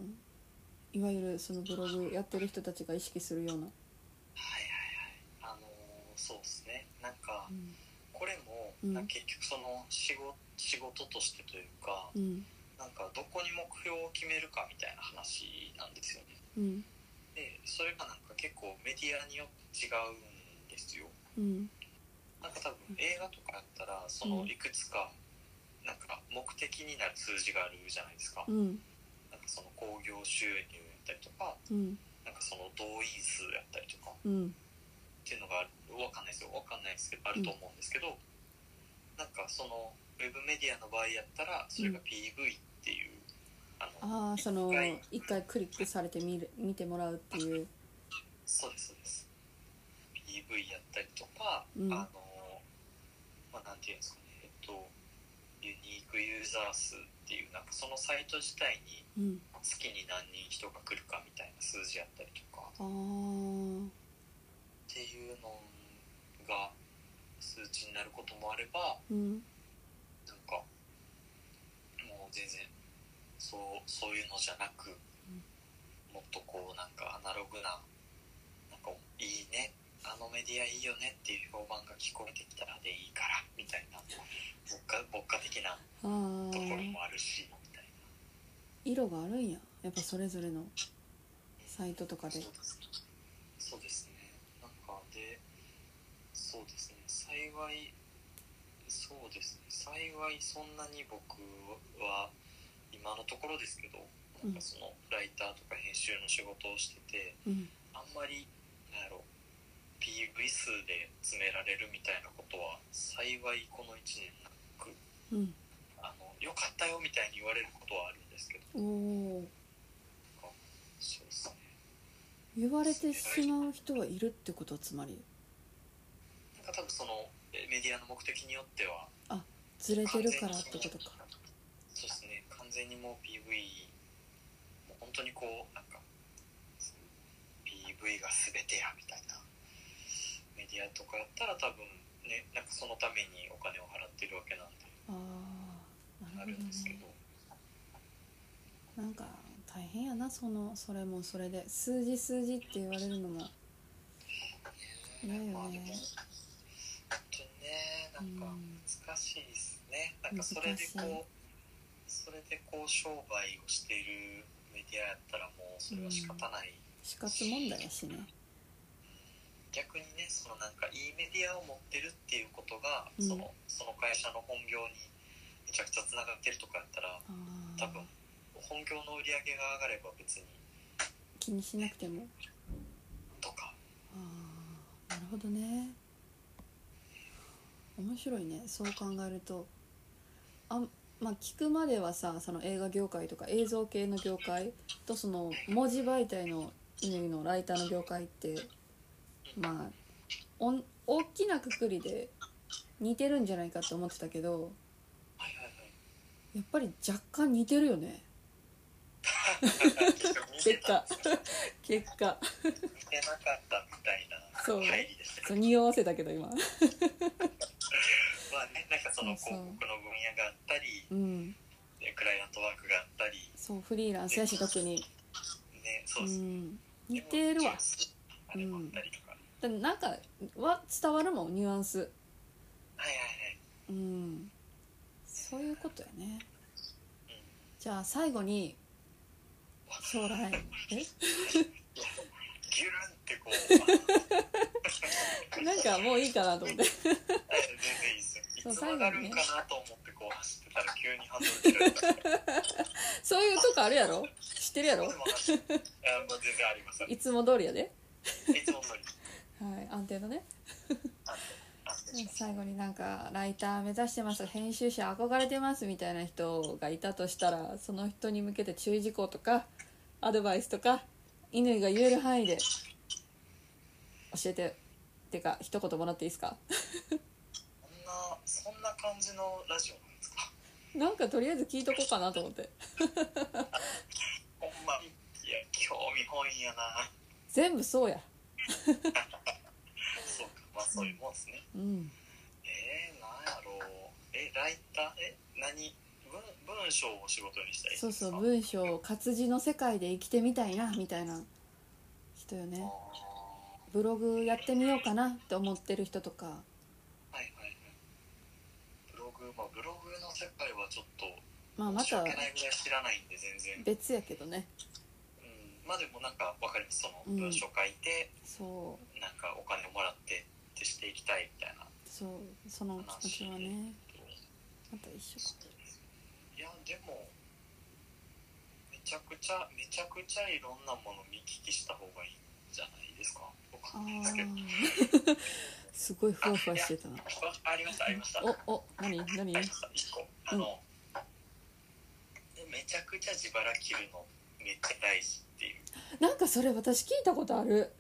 Speaker 1: いわゆるそのブログやってる人たちが意識するような、
Speaker 2: はいはいはいあのーそうですねなんか
Speaker 1: うん
Speaker 2: これも、
Speaker 1: うん
Speaker 2: なんか結局その仕事仕事としてというか
Speaker 1: うん
Speaker 2: なんかどこに目標を決めるかみたいな話なんですよね
Speaker 1: うん
Speaker 2: でそれがなんか結構メディアによって違うんですよ
Speaker 1: うん
Speaker 2: なんか多分映画とかやったらそのいくつかなんか目的になる数字があるじゃないですか,、
Speaker 1: うん
Speaker 2: なんかその興行収入やったりとか
Speaker 1: うん
Speaker 2: なんかその動員数やったりとかっ
Speaker 1: うん
Speaker 2: ていうのがあるわかんないですよわかんないですけどあると思うんですけど、なんかそのウェブメディアの場合やったらそれが PV っていう、あの
Speaker 1: ああその
Speaker 2: 一回
Speaker 1: 一回クリックされて見る見てもらうっていう
Speaker 2: そうですそうです PV やったりとか、
Speaker 1: うん
Speaker 2: あのまあなんていうんですかねえっとユニークユーザー数っていうなんかそのサイト自体に
Speaker 1: うん
Speaker 2: 月に何人人が来るかみたいな数字やったりとか
Speaker 1: あー
Speaker 2: っていうのが数値になることもあれば
Speaker 1: うん
Speaker 2: なんかもう全然そうそういうのじゃなく、もっとこうなんかアナログななんかいいねあのメディアいいよねっていう評判が聞こえてきたらでいいからみたいな牧歌牧歌的
Speaker 1: あ
Speaker 2: なところ
Speaker 1: ー
Speaker 2: もあるしみたいな
Speaker 1: 色があるんややっぱそれぞれのサイトとかで
Speaker 2: そうですそうですねなんかでそうですね幸いそうですね幸いそんなに僕は今のところですけど
Speaker 1: うん
Speaker 2: なんかそのライターとか編集の仕事をしてて
Speaker 1: うん
Speaker 2: あんまりなんやろ PV 数で詰められるみたいなことは幸いこの1年なく
Speaker 1: うん
Speaker 2: あのよかったよみたいに言われることはあるんですけど
Speaker 1: おお
Speaker 2: そうですね
Speaker 1: 言われてしまう人はいるってことはつまり
Speaker 2: なんか多分そのえメディアの目的によっては
Speaker 1: ずれてるからってことか
Speaker 2: そうですね完全にもう PV もう本当にこうなんか PV が全てやみたいなメディアとかやったら多分ねなんかそのためにお金を払ってるわけなんで
Speaker 1: ああな
Speaker 2: なる
Speaker 1: るほ
Speaker 2: ん
Speaker 1: ど
Speaker 2: ですけ
Speaker 1: ね
Speaker 2: ど、
Speaker 1: なんか大変やなそのそれもそれで数字数字って言われるのもねえ
Speaker 2: まあでも本当にねなんか
Speaker 1: うん
Speaker 2: 難しいですね、なんかそれでこうそれでこう商売をしているメディアやったらもうそれは仕方ない、
Speaker 1: 死活問題やしね
Speaker 2: 逆にねそのなんかいいメディアを持ってるっていうことが、
Speaker 1: うん
Speaker 2: そのその会社の本業にめちゃくちゃつながってるとかやったら
Speaker 1: あ
Speaker 2: 多
Speaker 1: あ
Speaker 2: 分本業の売り上げが上がれば別に
Speaker 1: 気にしなくても
Speaker 2: とか
Speaker 1: ああなるほどね面白いねそう考えるとあまあ聞くまではさその映画業界とか映像系の業界とその文字媒体の意味のライターの業界ってまあおん大きなくくりで似てるんじゃないかって思ってたけど
Speaker 2: はいはいはい
Speaker 1: やっぱり若干似てるよね
Speaker 2: 結局見て
Speaker 1: 結
Speaker 2: た
Speaker 1: 果結果
Speaker 2: 見てなかったみたいな
Speaker 1: そう
Speaker 2: 入りでし た
Speaker 1: そう匂わせたけど今
Speaker 2: まあねなんかその
Speaker 1: そうそ
Speaker 2: 広
Speaker 1: う
Speaker 2: 告の分野があったり
Speaker 1: うん
Speaker 2: ねクライアントワークがあったり
Speaker 1: そうフリーランスやし特に
Speaker 2: ねそう
Speaker 1: う
Speaker 2: ですね、
Speaker 1: ん似てるわ
Speaker 2: あれもあったりとか、
Speaker 1: だってなんかは伝わるもんニュアンス
Speaker 2: はいはい
Speaker 1: うんそういうことやね
Speaker 2: はい、うん
Speaker 1: じゃあ最後に将来え
Speaker 2: ギュルン ってこう
Speaker 1: なんかもういいかなと思って
Speaker 2: 全然いいですよ。いつ
Speaker 1: そう
Speaker 2: 曲がるんかなと思ってこう走ってたら急にハンドル切られた。
Speaker 1: そういうとこあるやろ知ってるや
Speaker 2: でも
Speaker 1: ろ
Speaker 2: 走ってあもう全然あります。い
Speaker 1: いつも通りやで
Speaker 2: つも通り。
Speaker 1: はい安定のね
Speaker 2: あのあの
Speaker 1: 最後になんかライター目指してます編集者憧れてますみたいな人がいたとしたらその人に向けて注意事項とかアドバイスとか乾が言える範囲で教えてってか一言もらっていいですか
Speaker 2: そんなそんな感じのラジオなんですか
Speaker 1: なんかとりあえず聞いとこうかなと思って
Speaker 2: ほんまいや興味本位やな
Speaker 1: 全部そうや
Speaker 2: そうかまあそういうもんですね
Speaker 1: うん
Speaker 2: えー、なんやろうえライターえ何文文章を仕事にしたい
Speaker 1: そうそう
Speaker 2: う
Speaker 1: 文章活字の世界で生きてみたいなみたいな人よねブログやってみようかなって思ってる人とか
Speaker 2: はいはいはいブログまあブログの世界はちょっと
Speaker 1: まあま
Speaker 2: 申し訳
Speaker 1: た
Speaker 2: ないぐらい知らないんで全然、
Speaker 1: 別やけどね
Speaker 2: うん、まあでもなんかわかりますその
Speaker 1: うん
Speaker 2: 文章書いて、
Speaker 1: そう
Speaker 2: なんかお金もらってってしていきたいみたいな
Speaker 1: そうその気持ちはねまた一緒か
Speaker 2: いやでもめちゃくちゃめちゃくちゃいろんなもの見聞きした方がいいんじゃないですかわか
Speaker 1: あ
Speaker 2: んないですけど
Speaker 1: ー すごいふわふわしてたな
Speaker 2: あありましたありましたあ
Speaker 1: おお何何
Speaker 2: りました一個あの、でめちゃくちゃ自腹切るのめっちゃ大事っていう
Speaker 1: なんかそれ私聞いたことある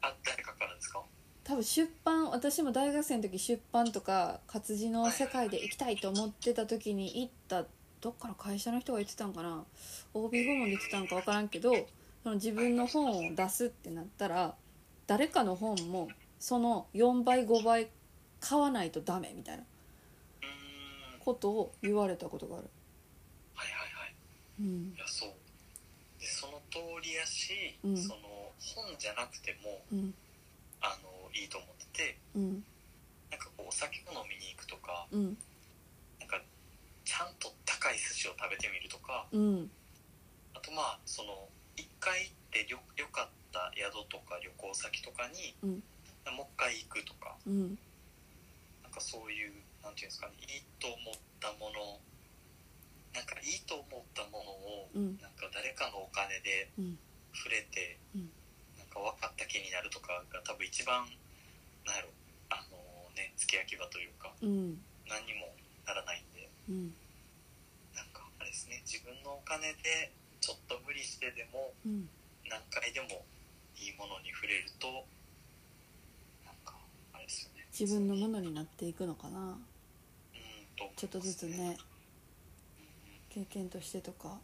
Speaker 2: あ誰かからですか
Speaker 1: 多分出版私も大学生の時出版とか活字の世界で行きたいと思ってた時に行ったどっかの会社の人が言ってたんかな OB 訪問で言ってたんか分からんけどその自分の本を出すってなったら誰かの本もその4倍5倍買わないとダメみたいな
Speaker 2: うーん
Speaker 1: ことを言われたことがある、
Speaker 2: はいはいはい
Speaker 1: うん
Speaker 2: い、やそうでその通りやし、
Speaker 1: うん
Speaker 2: その本じゃなくても
Speaker 1: うん
Speaker 2: あのいいと思ってて
Speaker 1: うん
Speaker 2: なんかこうお酒を飲みに行くとか
Speaker 1: うん
Speaker 2: なんかちゃんと高い寿司を食べてみるとか
Speaker 1: うん
Speaker 2: あとまあその一回行ってよ良かった宿とか旅行先とかに、
Speaker 1: うん
Speaker 2: もう一回行くとか
Speaker 1: うん
Speaker 2: なんかそういうなんていうんですかねいいと思ったものなんかいいと思ったものを、
Speaker 1: うん
Speaker 2: なんか誰かのお金で
Speaker 1: うん
Speaker 2: 触れて、
Speaker 1: うん
Speaker 2: なんか分かった気になるとかが多分一番なんやろあのね付け焼き場というか
Speaker 1: うん
Speaker 2: 何にもならないんで
Speaker 1: うん
Speaker 2: なんかあれですね自分のお金でちょっと無理してでも
Speaker 1: うん
Speaker 2: 何回でもいいものに触れるとなんかあれですよね
Speaker 1: 自分のものになっていくのかな
Speaker 2: うんと思います
Speaker 1: ちょっとずつね
Speaker 2: うん
Speaker 1: 経験としてとか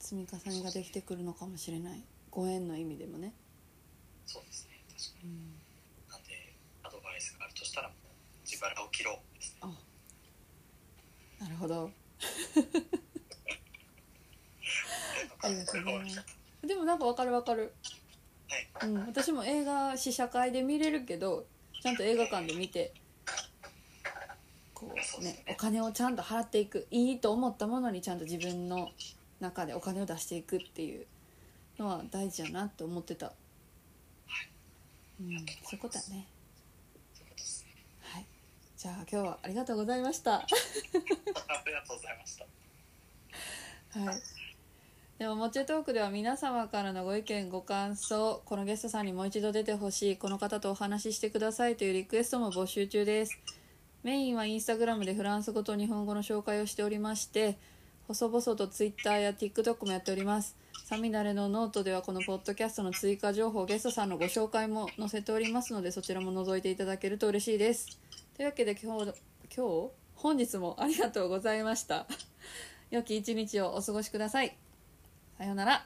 Speaker 1: 積み重ねができてくるのかもしれないご縁の意味でもね、
Speaker 2: そうですね確かになんでアドバイスがあるとしたらもう自腹を切ろうですね
Speaker 1: あなるほどありがとうございますでもなんかわかるわかる、
Speaker 2: はい
Speaker 1: うん、私も映画試写会で見れるけどちゃんと映画館で見てこ
Speaker 2: そうう
Speaker 1: ね
Speaker 2: ですね
Speaker 1: お金をちゃんと払っていくいいと思ったものにちゃんと自分の中でお金を出していくっていうのは大事やなと思ってた、うん、そういうことだね
Speaker 2: そういうことですね
Speaker 1: はいじゃあ今日はありがとうございました
Speaker 2: ありがとうございました。
Speaker 1: はい。でも、もちトークでは皆様からのご意見、ご感想、このゲストさんにもう一度出てほしい、この方とお話ししてくださいというリクエストも募集中です。メインはインスタグラムでフランス語と日本語の紹介をしておりまして、細々とツイッターや TikTok もやっております。サミダレのノートではこのポッドキャストの追加情報、ゲストさんのご紹介も載せておりますので、そちらも覗いていただけると嬉しいです。というわけで今日、今日本日もありがとうございました。良き一日をお過ごしください。さようなら。